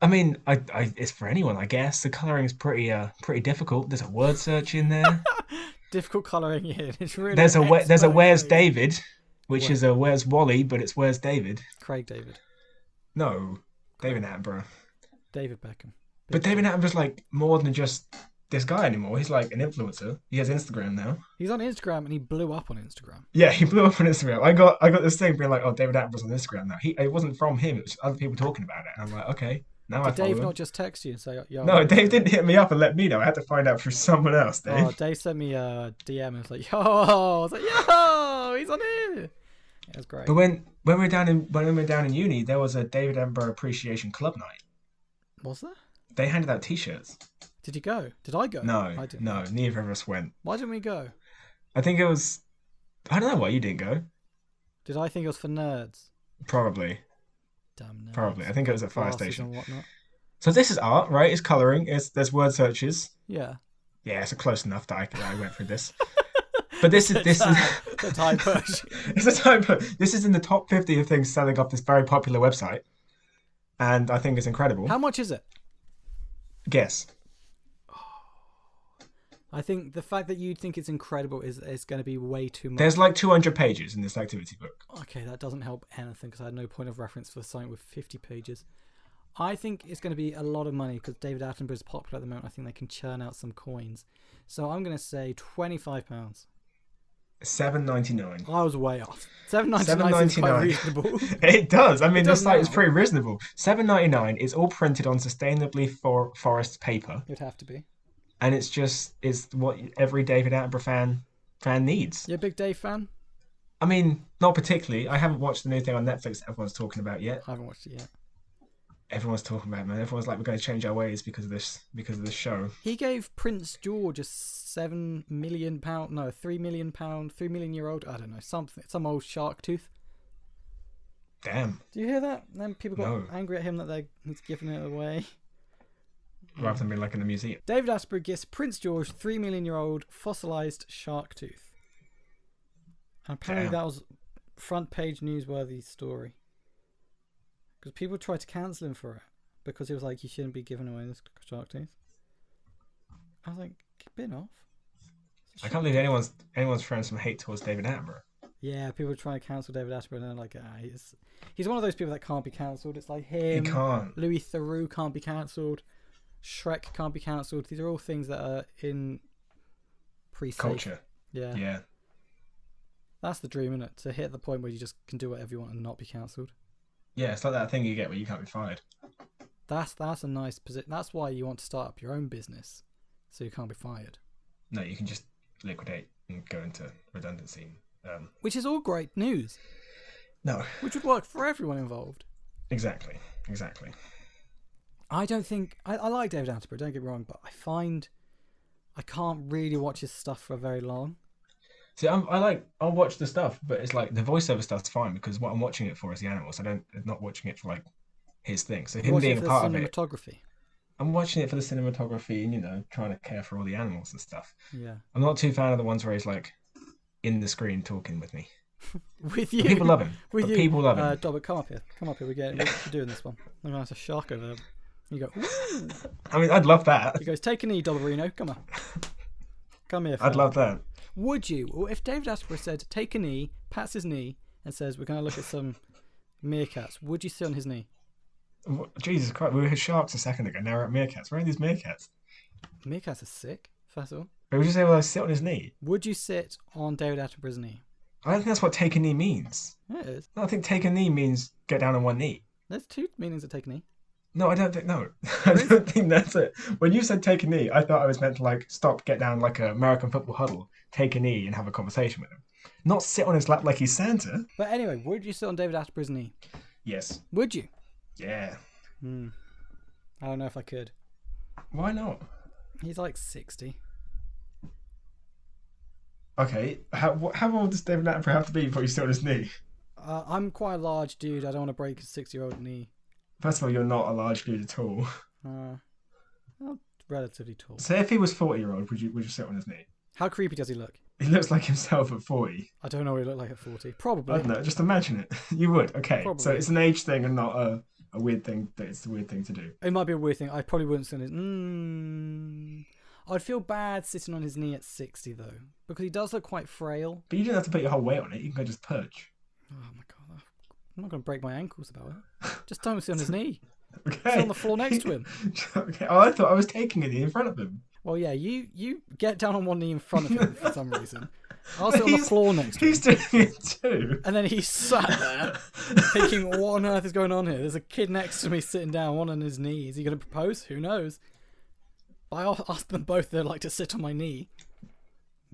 I mean, I, I it's for anyone, I guess. The coloring's pretty uh pretty difficult. There's a word search in there. Difficult colouring in. It's really there's a where, there's a expert where's doing it. David, which is a where's Wally, but it's where's David. Craig David. No, David Attenborough. David Beckham. But David Attenborough's like more than just this guy anymore. He's like an influencer. He has Instagram now. He's on Instagram and he blew up on Instagram. Yeah, he blew up on Instagram. I got I got this thing being like, oh, David Attenborough's on Instagram now. He it wasn't from him. It was just other people talking about it. And I'm like, okay, now Oh, I Did follow Dave him. not just text you and say, "Yo"? No, Dave didn't hit me up and let me know. I had to find out through someone else, Dave. Oh, Dave sent me a DM and was like, "Yo," I was like, "Yo, he's on here." Yeah, it was great. But when when we were down in when we were down in uni, there was a David Attenborough appreciation club night. Was there? They handed out T-shirts. Did you go? Did I go? No, Uh, I didn't. no, neither of us went. Why didn't we go? I think it was. I don't know why you didn't go. Did I think it was for nerds? Probably, Damn nerds. probably. I think it was at fire Uh, Glasses station. and whatnot. So this is art, right? It's coloring. It's there's word searches. Yeah. Yeah, it's close enough that I, that I went through this. But this is this is the Thai version. it's a typo. This is in the top fifty of things selling off this very popular website, and I think it's incredible. How much is it? Guess I think the fact that you think it's incredible is it's going to be way too much. there's like two hundred pages in this activity book. Okay, that doesn't help anything because I had no point of reference for something with 50 pages. I think it's going to be a lot of money because David Attenborough's popular at the moment. I think they can churn out some coins. So I'm going to say £25. Seven ninety nine. I was way off. Seven ninety nine is quite 7.99. reasonable. It does. I mean, does this site is now. pretty reasonable. Seven ninety nine. It's all printed on sustainably for- forest paper, It'd have to be. and it's just it's what every David Attenborough fan fan needs. You a big Dave fan? I mean, not particularly. I haven't watched the new thing on Netflix that everyone's talking about yet. I haven't watched it yet. Everyone's talking about it, man. Everyone's like, we're going to change our ways because of this because of this show. He gave Prince George a seven million pound, no, three million pound, three million year old, I don't know, something, some old shark tooth. Damn. Do you hear that? And then people got No. angry at him that they he's giving it away. Mm. Rather than being like in a museum. David Attenborough gifts Prince George three million year old fossilized shark tooth. And apparently Damn. that was front page newsworthy story. Because people tried to cancel him for it because he was like, "You shouldn't be giving away this shark tooth." I was like, "Bin off." I can't believe anyone's anyone's throwing some hate towards David Attenborough. Yeah, people were trying to cancel David Attenborough, and they're like, ah, he's he's one of those people that can't be cancelled. It's like He him. can't. Louis Theroux can't be cancelled. Shrek can't be cancelled. These are all things that are in pre Culture. Yeah. Yeah. that's the dream, innit? To hit the point where you just can do whatever you want and not be cancelled. Yeah, it's like that thing you get where you can't be fired. That's that's a nice position. That's why you want to start up your own business, so you can't be fired. No, you can just liquidate and go into redundancy. Um, Which is all great news, no, which would work for everyone involved. exactly. Exactly. I don't think I, I like David Attenborough. Don't get me wrong, but I find I can't really watch his stuff for very long. See, I'm, I like, I'll watch the stuff, but it's like the voiceover stuff's fine because what I'm watching it for is the animals. I don't, I'm not watching it for like his thing. So I'm him watching being it a for part of the it, cinematography. I'm watching it for the cinematography and you know trying to care for all the animals and stuff. Yeah. I'm not too fan of the ones where he's like in the screen talking with me. with you. People love him. With The you. people love him. Uh, Dobbert, come up here. Come up here. We're getting we're doing this one. I'm gonna have to shark over them. You go. "Ooh." I mean, I'd love that. He goes. Take a knee, Dobberino. Come on. Come here. I'd fella." love that. Would you? Or if David Attenborough said, "Take a knee," pats his knee, and says, "We're gonna look at some meerkats," would you sit on his knee? What- Jesus Christ, we were sharks a second ago. Now we're at meerkats. Where are these meerkats? Meerkats are sick. First of all, But would you say, well, I sit on his knee? would you sit on David Attenborough's knee? I don't think that's what take a knee means. Yeah, It is. No, I think take a knee means get down on one knee. There's two meanings of take a knee. No, I don't think no. I don't think that's it. When you said take a knee, I thought I was meant to like stop, get down like an American football huddle, take a knee, and have a conversation with him. Not sit on his lap like he's Santa. But anyway, would you sit on David Attenborough's knee? Yes. Would you? Yeah. Hmm. I don't know if I could. Why not? He's like 60. Okay. How wh- how old does David Attenborough have to be before you sit on his knee? Uh, I'm quite a large dude. I don't want to break his 60 year old knee. First of all, you're not a large dude at all. Uh, I'm relatively tall. Say if he was forty year old, would you would you sit on his knee? How creepy does he look? He looks like himself at forty. I don't know what he looked like at 40. I Probably. don't know. Just imagine it. You would. Okay. So Probably. it's an age thing and not a, a weird thing. That it's a weird thing to do. It might be a weird thing. I probably wouldn't sit on his. Mm, I'd feel bad sitting on his knee at 60, though, because he does look quite frail. But you don't have to put your whole weight on it. You can go just perch. Oh my god. I'm not going to break my ankles about it. Just don't sit on his knee. Okay. on the floor next to him. okay. Oh, I thought I was taking it in front of him. Well, yeah, you you get down on one knee in front of him for some reason. I'll sit on the He's- floor next to him. He's doing it too. And then he sat there thinking, what on earth is going on here? There's a kid next to me sitting down, one on his knee. Is he going to propose? Who knows? I a- asked them both, they'd like to sit on my knee.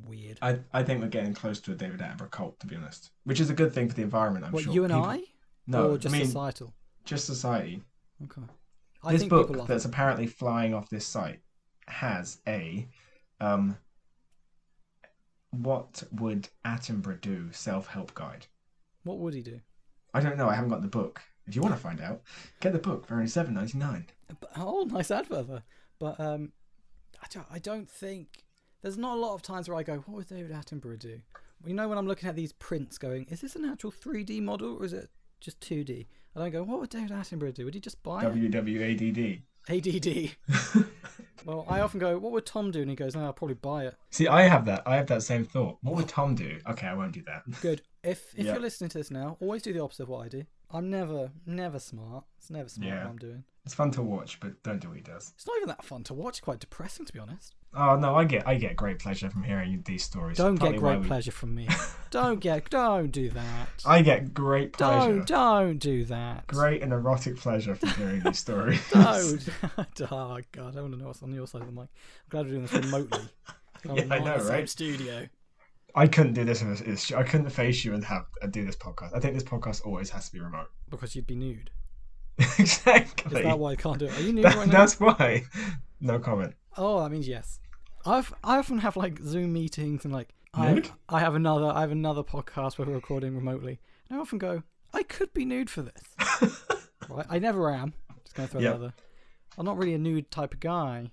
Weird. I, I think we're getting close to a David Attenborough cult, to be honest, which is a good thing for the environment. I'm what, sure. you and People- I? No, or just I mean, societal? just society. Okay. I this think book people love that's it. apparently flying off this site has a um what would Attenborough do self-help guide. What would he do? I don't know. I haven't got the book. If you want to find out, get the book for only seven ninety nine. But, oh, nice advert there. But um, I don't, I don't think there's not a lot of times where I go, what would David Attenborough do? You know, when I'm looking at these prints, going, is this an actual 3D model or is it just 2D? And I go, what would David Attenborough do? Would he just buy it? W W A D D. ADD. well, I often go, what would Tom do? And he goes, no, I'll probably buy it. See, I have that. I have that same thought. What would Tom do? Okay, I won't do that. Good. If if Yeah. you're listening to this now, always do the opposite of what I do. I'm never never smart. It's never smart Yeah. what I'm doing. It's fun to watch, but don't do what he does. It's not even that fun to watch. It's quite depressing, to be honest. Oh no, I get I get great pleasure from hearing these stories. Don't Partly get why great we- pleasure from me. don't get. Don't do that. I get great pleasure, Don't don't do that. great and erotic pleasure from hearing these stories. Don't. oh God, I want to know what's on your side of the mic. I'm glad we're doing this remotely. Glad Yeah, we're I not in know, the same right? Studio. I couldn't do this. If it was, I couldn't face you and have and do this podcast. I think this podcast always has to be remote. Because you'd be nude. Is exactly. that why I can't do it? Are you nude That- right now? that's why. No comment. Oh, that means yes. I've I often have like Zoom meetings and like I, Nude? I have another I have another podcast where we're recording remotely. And I often go, I could be nude for this. right? I never am. Just gonna throw Yep. that out there. I'm not really a nude type of guy.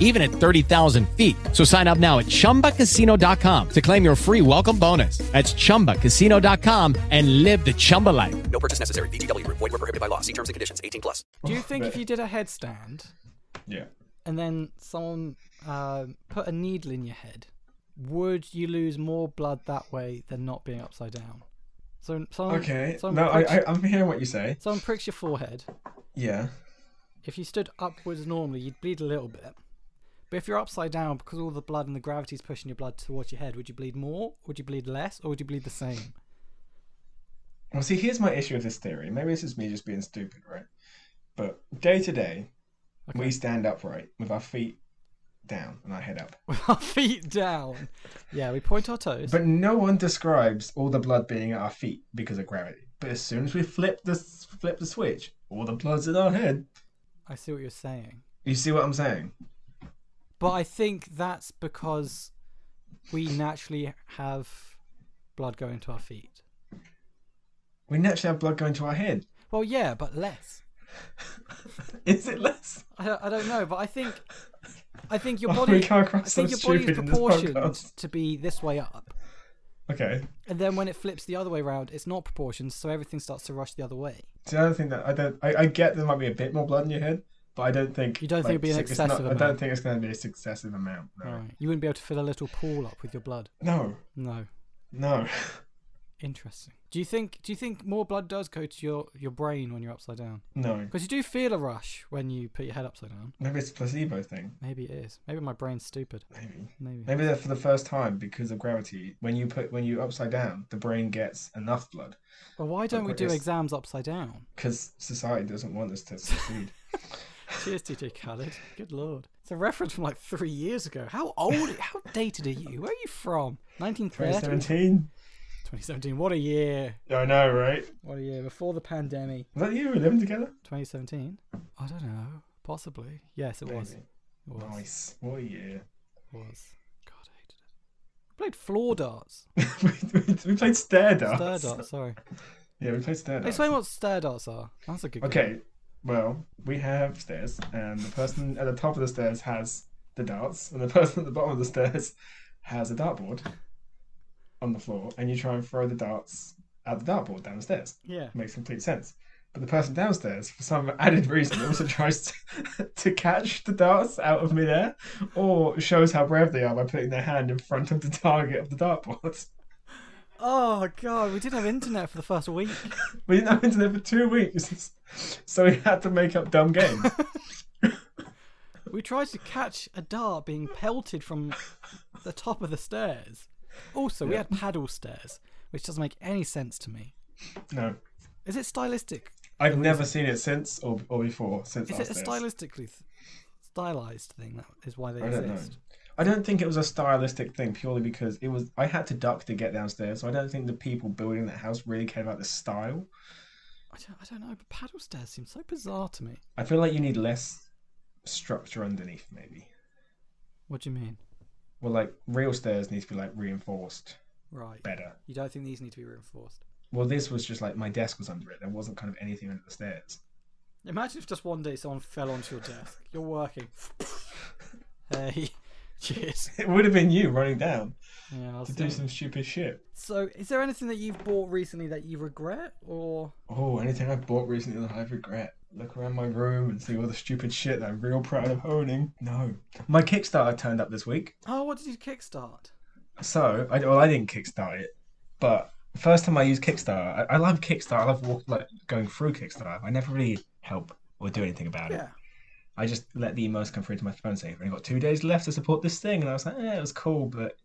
even at 30,000 feet. So sign up now at chumbacasino.com to claim your free welcome bonus. That's chumbacasino.com and live the Chumba life. No purchase necessary. VGW Group. Void were prohibited by law. See terms and conditions. 18 plus. Do you think if you did a headstand Yeah. and then someone um put a needle in your head, would you lose more blood that way than not being upside down? So someone, Okay. someone, No, I, pricks, I, I'm hearing what you say. someone pricks your forehead. Yeah. If you stood upwards normally, you'd bleed a little bit. But if you're upside down, because all the blood and the gravity's pushing your blood towards your head, would you bleed more? Would you bleed less? Or would you bleed the same? Well, see, here's my issue with this theory. Maybe this is me just being stupid, right? But day to day, we stand upright with our feet down and our head up. With our feet down. Yeah, we point our toes. But no one describes all the blood being at our feet because of gravity. But as soon as we flip the flip the switch, all the blood's in our head. I see what you're saying. You see what I'm saying? But I think that's because we naturally have blood going to our feet. We naturally have blood going to our head. Well, yeah, but less. Is it less? I don't, I don't know, but I think I think your Oh, body we can't cross I think your so body's stupid in this proportioned podcast. to be this way up. Okay. And then when it flips the other way round, it's not proportioned, so everything starts to rush the other way. See, I don't think that I don't. I, I get there might be a bit more blood in your head, but I don't think You don't think it'd be an it's not- excessive I don't amount? think it's going to be a successive amount. No. Right. You wouldn't be able to fill a little pool up with your blood. No. No. No. Interesting. Do you think do you think more blood does go to your, your brain when you're upside down? No. Because you do feel a rush when you put your head upside down. Maybe it's a placebo thing. Maybe it is. Maybe my brain's stupid. Maybe. Maybe. Maybe that for the first time because of gravity, when you put when you upside down, the brain gets enough blood Well, why don't we do Yes. exams upside down? because society doesn't want us to succeed. Cheers, DJ Khaled. Good lord. It's a reference from like three years ago. How old, how dated are you? Where are you from? 1930? 2017. 2017. What a year. I know, right? What a year. Before the pandemic. Was that you? We were living together. 2017? I don't know. Possibly. Yes, it was. It was. Nice. What a year. was. God, I hated it. Played floor darts. we, we, we played stair darts. Stir darts, sorry. Yeah, we played stair darts. Explain what stir darts are. That's a good one. Okay, well, we have stairs, and the person at the top of the stairs has the darts, and the person at the bottom of the stairs has a dartboard on the floor, and you try and throw the darts at the dartboard down the stairs. Yeah. Makes complete sense. But the person downstairs, for some added reason, also tries to, to catch the darts out of midair, or shows how brave they are by putting their hand in front of the target of the dartboard. Oh, God. We didn't have internet for the first week. We didn't have internet for two weeks, so we had to make up dumb games. We tried to catch a dart being pelted from the top of the stairs. Also, we had paddle stairs, which doesn't make any sense to me. no, Is it stylistic? I've never seen it since or, or before since Is last it a days. stylistically th- stylized thing? That is why they I don't know. exist. I don't think it was a stylistic thing purely because it was I had to duck to get downstairs, so I don't think the people building that house really care about the style. I don't, I don't know, but paddle stairs seem so bizarre to me. I feel like you need less structure underneath, maybe. What do you mean? Well, like real stairs need to be like reinforced Right. better. You don't think these need to be reinforced? Well, this was just like my desk was under it. There wasn't kind of anything under the stairs. Imagine if just one day someone fell onto your desk. You're working. hey. Cheers. It would have been you running down Yeah, I was to do doing- some stupid shit. So, is there anything that you've bought recently that you regret, or Oh, anything I've bought recently that I regret. Look around my room and see all the stupid shit that I'm real proud of owning. No. My Kickstarter turned up this week. oh, what did you kickstart? So, I, well, I didn't kickstart it, but first time I used Kickstarter, I, I love Kickstarter. I love walk, like going through Kickstarter. I never really help or do anything about it. Yeah, I just let the emails come through to my phone saying, I've only got two days left to support this thing. And I was like, eh, it was cool, but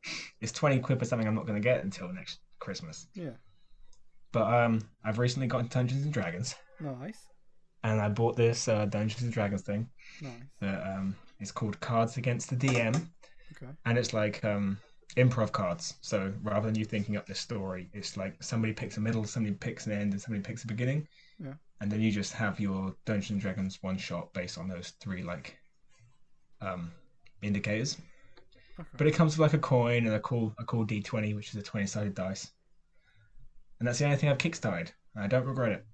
it's 20 quid for something I'm not going to get until next Christmas. yeah, But um, I've recently gotten Dungeons and Dragons, nice, and I bought this uh, Dungeons and Dragons thing nice. that um, is called Cards Against the DM, Okay, and it's like um, improv cards. So rather than you thinking up this story, it's like somebody picks a middle, somebody picks an end, and somebody picks a beginning. Yeah. And then you just have your Dungeons and Dragons one shot based on those three like um, indicators. But it comes with like a coin and a cool a cool D twenty, which is a twenty sided dice. and that's the only thing I've kickstarted. I don't regret it.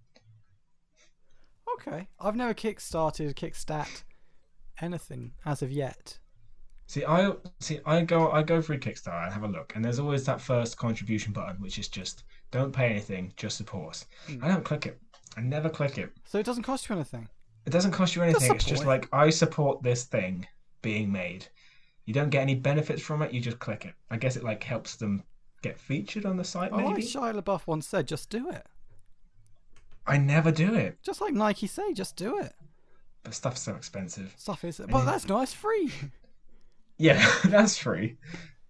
Okay. I've never kickstarted, kickstat anything as of yet. See, I see. I go. I go through Kickstarter and have a look, and there's always that first contribution button, which is just don't pay anything, just support us. Hmm. I don't click it. I never click it. So it doesn't cost you anything. It doesn't cost you anything. It's just support. like I support this thing being made. You don't get any benefits from it. You just click it. I guess it like helps them get featured on the site. I like Maybe Shia LaBeouf once said, just do it. I never do it, Just like Nike say, just do it. but stuff's so expensive. Stuff is, but that's nice, free. Yeah, that's free,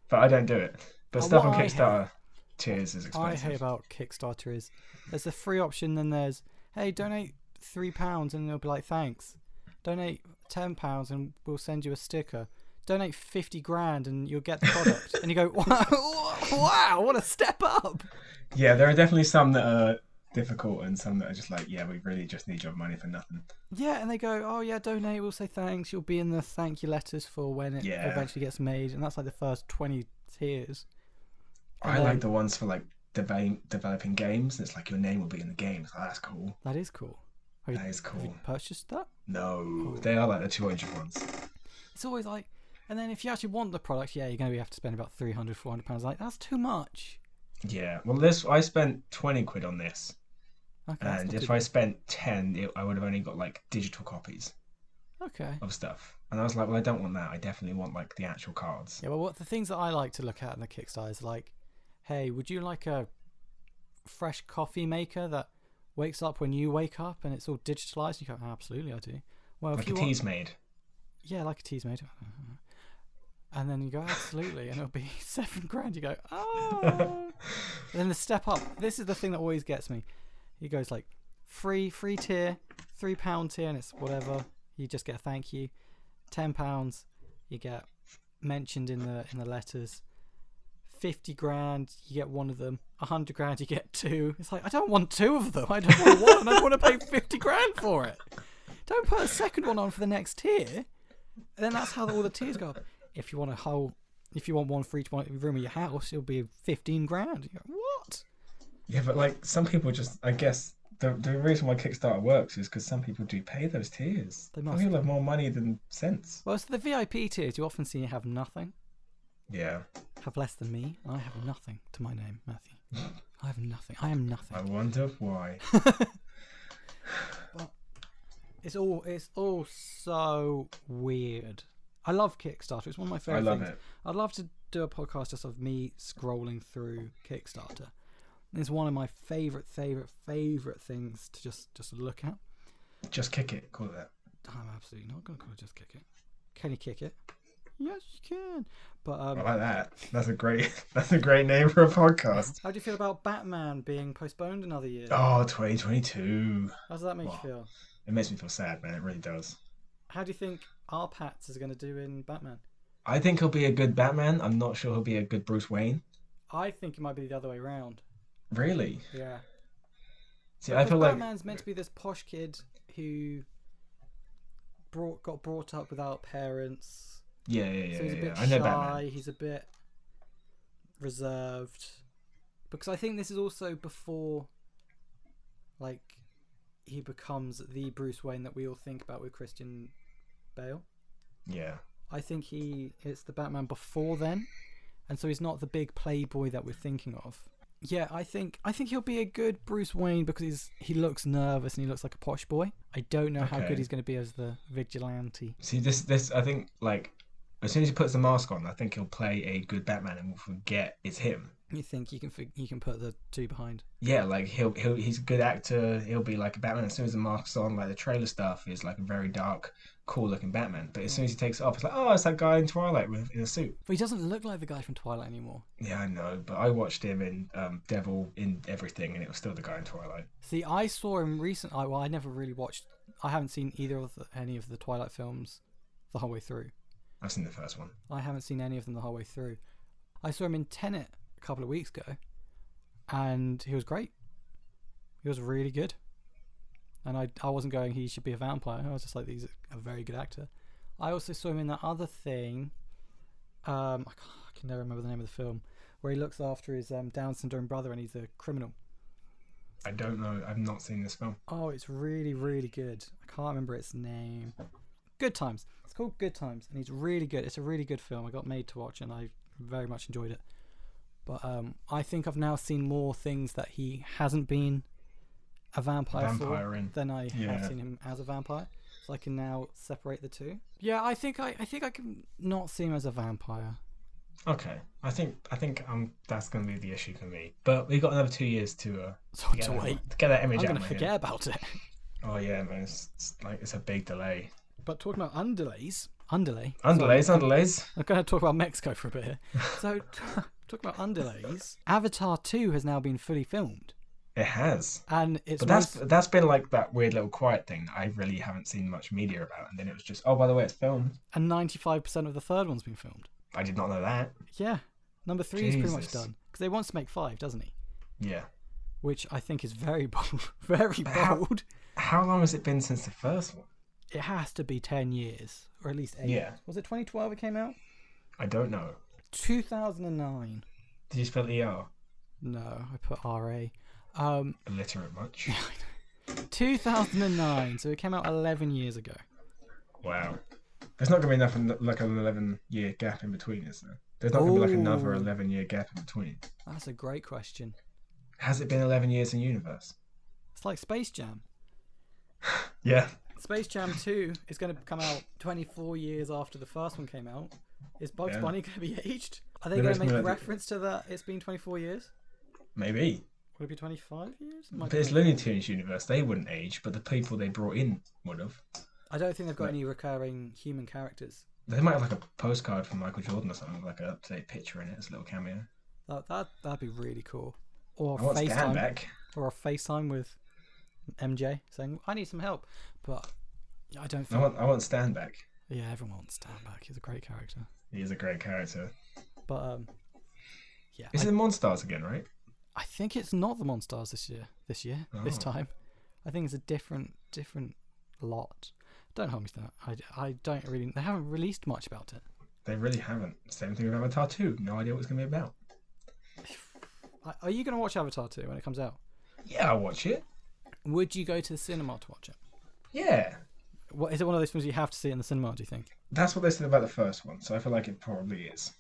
but I don't do it. But Uh, stuff on what I hate- Kickstarter, cheers, is I expensive. hate about Kickstarter is there's a free option, then there's hey donate three pounds and they'll be like thanks. Donate ten pounds and we'll send you a sticker. Donate fifty grand and you'll get the product. and you go wow, wow, what a step up. Yeah, there are definitely some that are difficult and some that are just like, yeah, we really just need your money for nothing. Yeah, and they go oh yeah donate, we'll say thanks. You'll be in the thank you letters for when it Yeah. eventually gets made, and that's like the first twenty tiers. I like the ones for like developing developing games. and It's like your name will be in the game. It's like, that's cool. That is cool. Have you, That is have you cool. purchased that? No, they are like the 200 ones. it's always like and then if you actually want the product yeah you're going to have to spend about 300 400 pounds like that's too much Yeah. Well, this I spent 20 quid on this, okay that's and not if too I bad. spent 10, it, I would have only got like digital copies okay of stuff. And I was like, well, I don't want that. I definitely want like the actual cards. yeah well what the things that i like to look at in the kickstarter is like hey would you like a fresh coffee maker that wakes up when you wake up and it's all digitalized you go absolutely i do well if Like a you want tea's made. yeah like a tease made and then you go absolutely and it'll be seven grand you go oh then the step up this is the thing that always gets me he goes like free free tier three pound tier and it's whatever you just get a thank you ten pounds you get mentioned in the in the letters 50 grand you get one of them 100 grand you get two it's like i don't want two of them i just want one i want to pay 50 grand for it don't put a second one on for the next tier and then that's how all the tiers go up. If you want a whole, if you want one for each one room of your house, it'll be fifteen grand. You go, what? Yeah, but like some people just, I guess the the reason why Kickstarter works is because some people do pay those tiers. They Some must. people have more money than sense. Well, it's the VIP tiers. You often see have nothing, Yeah, have less than me. I have nothing to my name, Matthew. I have nothing. I am I nothing. wonder why. It's all it's all so weird. I love Kickstarter. It's one of my favorite. love things. it. I'd love to do a podcast just of me scrolling through Kickstarter. It's one of my favorite, favorite, favorite things to just just look at. Just kick it, call it that. I'm absolutely not going to call it just kick it. Can you kick it? Yes, you can. But I um, like that. That's a great. That's a great name for a podcast. how do you feel about Batman being postponed another year? Oh, 2022. How does that make wow. you feel? It makes me feel sad, man. It really does. How do you think our Pats is going to do in Batman? I think he'll be a good Batman. I'm not sure he'll be a good Bruce Wayne. I think it might be the other way around. Really? Yeah. See, I feel like Batman's meant to be this posh kid who brought got brought up without parents. yeah, yeah, yeah, so he's a yeah, bit yeah. I know shy. Batman. He's a bit reserved because I think this is also before, like, he becomes the Bruce Wayne that we all think about with Christian Bale. Yeah, I think he it's the Batman before then, and so he's not the big playboy that we're thinking of. Yeah, I think I think he'll be a good Bruce Wayne because he's he looks nervous and he looks like a posh boy. I don't know how Okay. good he's going to be as the vigilante. See this this I think like as soon as he puts the mask on, I think he'll play a good Batman and we'll forget it's him. You think you can fig- you can put the two behind? Yeah, like he'll he'll he's a good actor. He'll be like a Batman as soon as the mask's on. Like the trailer stuff is like a very dark, cool looking Batman. But as soon as he takes it off, it's like oh, it's that guy in Twilight with in a suit. But he doesn't look like the guy from Twilight anymore. Yeah, I know. But I watched him in um, Devil in everything, and it was still the guy in Twilight. See, I saw him recently. Well, I never really watched. I haven't seen either of the, any of the Twilight films the whole way through. I've seen the first one. I haven't seen any of them the whole way through. I saw him in Tenet a couple of weeks ago, and he was great. He was really good. And I, I wasn't going, he should be a vampire. I was just like, he's a very good actor. I also saw him in that other thing. Um, I, can't, I can never remember the name of the film, where he looks after his um, Down syndrome brother and he's a criminal. I don't know. I've not seen this film. Oh, it's really, really good. I can't remember its name. Good Times. It's called Good Times, and it's really good. It's a really good film. I got made to watch, and I very much enjoyed it. But um, I think I've now seen more things that he hasn't been a vampire, Vampire for in. than I have Yeah. seen him as a vampire. So I can now separate the two. Yeah, I think I, I think I can not see him as a vampire. Okay, I think I think um that's going to be the issue for me. But we got another two years to uh So get, to that, wait, to get that image I'm out. gonna of my forget head. about it. Oh yeah, man, it's, it's like it's a big delay. But talking about underlays, underlay. Underlays, underlays. I'm going to talk about Mexico for a bit here. So, talk about underlays. Avatar 2 has now been fully filmed. It has. And it's. But that's most- that's been like that weird little quiet thing that I really haven't seen much media about, and then it was just oh by the way it's filmed. and 95% of the third one's been filmed. I did not know that. Yeah. Number 3 is pretty much Jesus. done. Because they want to make 5, doesn't he? Yeah. Which I think is very bold. very How- bold. How long has it been since the first one? It has to be 10 years. Or at least 8. Yeah. Was it 2012 it came out? I don't know. 2009. Did you spell er? No, I put RA. Um, Illiterate much? 2009. so it came out 11 years ago. wow. There's not gonna be enough in- like an eleven year gap in between, is there? There's not gonna be like another Ooh. eleven year gap in between. That's a great question. Has it been eleven years in universe? It's like Space Jam. Yeah. Space Jam 2 is going to come out 24 years after the first one came out. Is Bugs Yeah. Bunny going to be aged? Are they That going makes to me make like- reference to that it's been 24 years? Maybe. Will it be 25 years? It might But it's be- Looney Tunes universe. They wouldn't age, but the people they brought in would have. I don't think they've got any recurring human characters. They might have like a postcard from Michael Jordan or something, with, like an up to date picture in it as a little cameo. That, that, that'd be really cool. Or I want Stan FaceTime. back. Or a FaceTime with MJ saying, I need some help. But I don't I think. want I want Stan back. Yeah, everyone wants Stan back. He's a great character. He is a great character. But um, yeah. Is it Monstars again, right? I think it's not the Monstars this year. This year, this Oh. time, I think it's a different, different lot. Don't hold me to that. I, I don't really. They haven't released much about it. They really haven't. Same thing with Avatar 2. No idea what it's gonna be about. I, are you going to watch Avatar two when it comes out? Yeah, I'll watch it. Would you go to the cinema to watch it? Yeah. What is it? One of those films you have to see in the cinema? Do you think? That's what they said about the first one, so I feel like it probably is.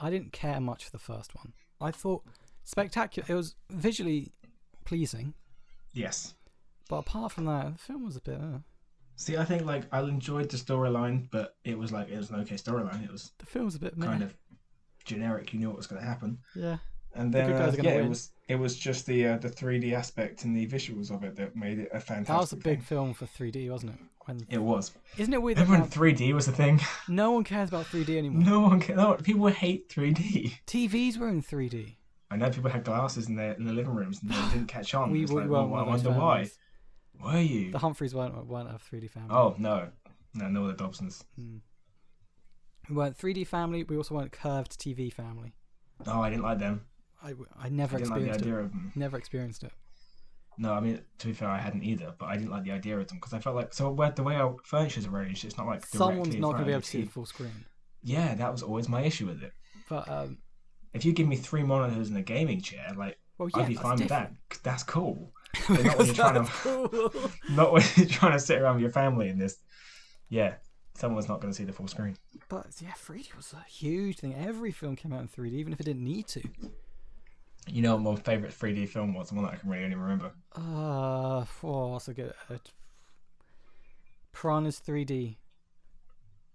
I didn't care much for the first one. I thought spectacular. It was visually pleasing, Yes. but apart from that, the film was a bit. Uh, See, I think like I enjoyed the storyline, but it was like it was an okay storyline. It was the film's a bit. meh. kind of generic. You knew what was going to happen. Yeah. And The then good guys uh, are gonna yeah, win. it was it was just the uh, the 3D aspect and the visuals of it that made it a fantastic. That was a big thing. film for 3D, wasn't it? When It was. isn't it weird that Remember now- when 3D was a thing? No one cares about 3D anymore. No one can. No, people hate 3D. TVs were in 3D. I know people had glasses in their in their living rooms and they didn't catch on. We, Oh, It's we like, weren't well, one I of those wonder why. families. Were you? The Humphreys weren't weren't a 3D family. Oh no, no, no, the Dobsons. We weren't 3D family. We also weren't curved TV family. No, I didn't like them. I, I never I didn't like the experienced idea it. of them. Never experienced it. No, I mean to be fair, I hadn't either, but I didn't like the idea of them because I felt like so where the way our furniture's arranged, it's not like Someone's directly in not going front to be of able to see you. the full screen. Yeah, that was always my issue with it. But um, If you give me three monitors and a gaming chair, like Well, yeah, I'd be that's fine with that. different. 'cause That's cool. But not when you're trying to not when you're trying to sit around with your family in this. Yeah, someone's not going to see the full screen. but yeah, 3D was a huge thing. Every film came out in 3D, even if it didn't need to. You know what my favourite 3D film was, the one that I can really only remember. Uh, oh, that's a good. Uh, Piranha's 3D.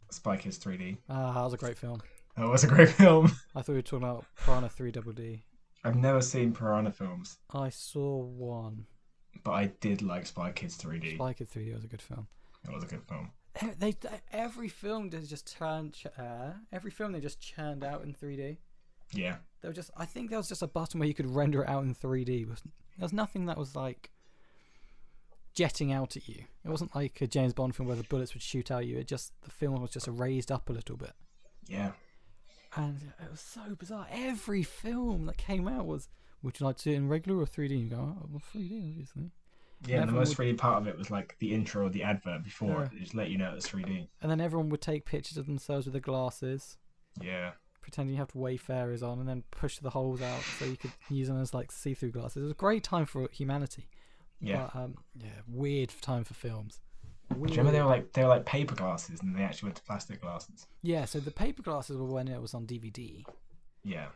Spy Kids 3D. Ah, that was a great film. That was a great film. I thought we were talking about Piranha 3 Double D. I've never seen Piranha films, I saw one. but I did like Spy Kids 3D. Spy Kids 3D was a good film. It was a good film. Eh, They, they- every film they just turned ch- uh, every film they just churned out in 3D. Yeah. They were just I think there was just a button where you could render it out in 3D. Wasn't- There was nothing that was like jetting out at you. It wasn't like a James Bond film where the bullets would shoot out at you. It just the film was just raised up a little bit. Yeah. And it was so bizarre. Every film that came out was, would you like to see it in regular or 3D? And you go, oh, well, 3D, obviously. Yeah, and the Everyone most would- 3D part of it was like the intro or the advert before. Yeah. It just let you know it was 3D. And then everyone would take pictures of themselves with their glasses. Yeah. pretending you have to wayfarers on and then push the holes out so you could use them as like see-through glasses. It was a great time for humanity. Yeah. But, um, yeah, weird time for films. Do you remember they were like they were like paper glasses and they actually went to plastic glasses? Yeah, so the paper glasses were when it was on DVD Yeah.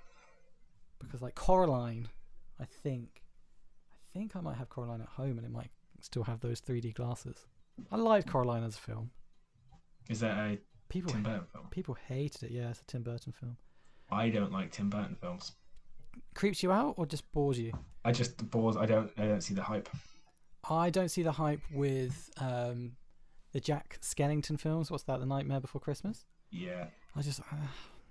because like Coraline, I think, I think I might have Coraline at home and it might still have those 3D glasses. I liked Coraline as a film. Is that a People Tim Burton film? people hated it. Yeah, it's a Tim Burton film. I don't like Tim Burton films. Creeps you out or just bores you? I just bores. I don't. I don't see the hype. I don't see the hype with um, the Jack Skellington films. What's that? The Nightmare Before Christmas. Yeah, I just uh,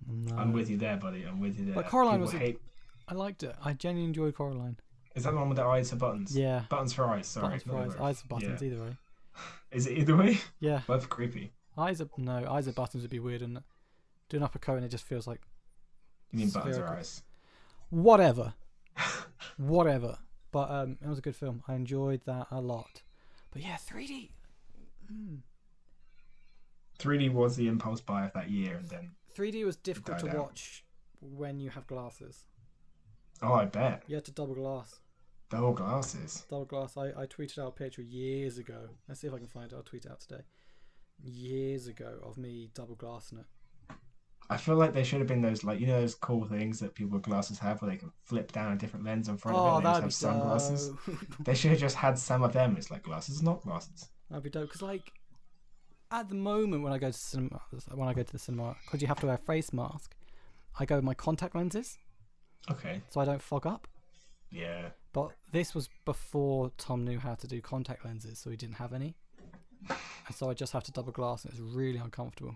no. I'm with you there, buddy. I'm with you there. But Coraline People was a- hate. I liked it. I genuinely enjoyed Coraline. Is that the one with the eyes for buttons? Yeah. Buttons for eyes. Sorry. buttons for not eyes, the eyes for buttons. Yeah. Either way. Is it either way? Yeah. Both creepy. Eyes are no. Eyes are buttons would be weird and doing uppercut and it just feels like You mean buttons or Spherical. eyes? whatever, whatever. But um, it was a good film. I enjoyed that a lot. But yeah, 3D. 3D was the impulse buy of that year, and then 3D was difficult Died to out. watch when you have glasses. oh, I bet You had to double glass. double glasses. Double glass. I, I tweeted out a picture years ago. Let's see if I can find it. I'll tweet it out today. Years ago of me double glassing it. I feel like there should have been those, like you know, those cool things that people with glasses have, where they can flip down a different lens in front Oh, of it. And that'd they be just have sunglasses. dope. They should have just had some of them. It's like glasses, not glasses. that'd be dope. Cause like at the moment when I go to cinema, when I go to the cinema, cause you have to wear a face mask, I go with my contact lenses Okay. so I don't fog up. Yeah. But this was before Tom knew how to do contact lenses, so he didn't have any. And so I just have to double glass, and it's really uncomfortable.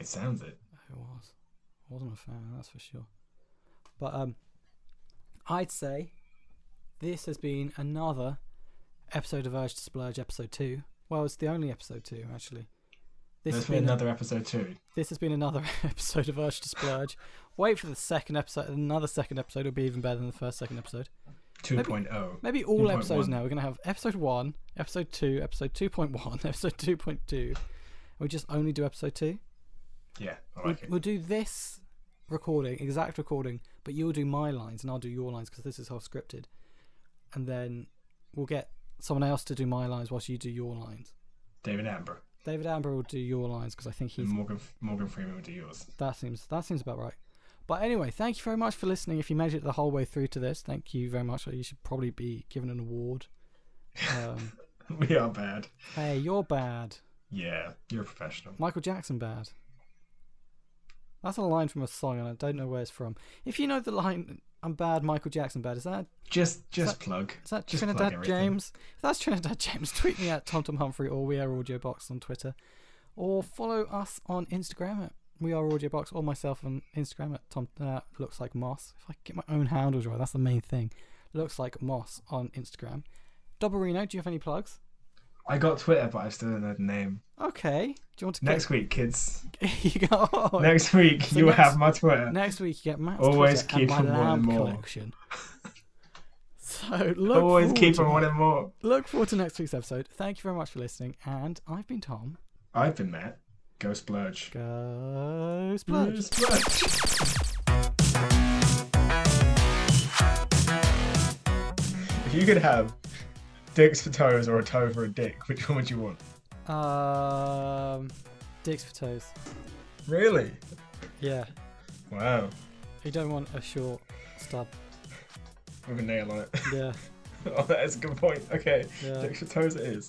It sounds it. It was. I wasn't a fan, that's for sure. But um, I'd say this has been another episode of Urge to Splurge, episode two. Well, it's the only episode two actually. There's This has been been another episode too. This has been another episode of Urge to Splurge. Wait for the second episode. Another second episode will be even better than the first second episode. 2.0. Maybe all episodes 2.1. now. We're gonna have episode one, episode two, episode two point one, episode two point two. We just only do episode two. Yeah, I We'll, like it. we'll do this recording, exact recording, but you'll do my lines and I'll do your lines because this is half scripted. And then we'll get someone else to do my lines whilst you do your lines. David Amber. David Amber will do your lines because I think he's Morgan Morgan Freeman would do yours. that seems that seems about right. But anyway, thank you very much for listening. If you made it the whole way through to this, thank you very much. You should probably be given an award. Um, We are bad. hey, you're bad. Yeah, you're a professional. Michael Jackson bad. That's a line from a song, and I don't know where it's from. If you know the line, "I'm bad, Michael Jackson bad," is that Just just that- plug. is that just plug Trinidad everything. James? If that's Trinidad James, tweet me at TomTom Humphrey or We Are Audio Box on Twitter, or follow us on Instagram at We Are Audio Box or myself on Instagram at Tom uh, Looks Like Moss. If I get my own handles right, that's the main thing. Looks like Moss on Instagram. Double Reno, do you have any plugs? I got Twitter, but I still don't know the name. Okay. Do you want to Next week, kids. Get, you go. oh, Next week, you next- have my Twitter. Next week you get Matt's Always Twitter keep and them my wanting lamb more. collection. So look Always forward keep to, on wanting more. look forward to next week's episode. Thank you very much for listening, and I've been Tom. I've been Matt. Go splurge. Go splurge. splurge. If you could have dicks for toes or a toe for a dick, which one would you want? Um, dicks for toes. Really? Yeah, Wow. you don't want a short stub. With a nail on it. Yeah. oh, that is a good point. Okay. Yeah. Dicks for toes it is.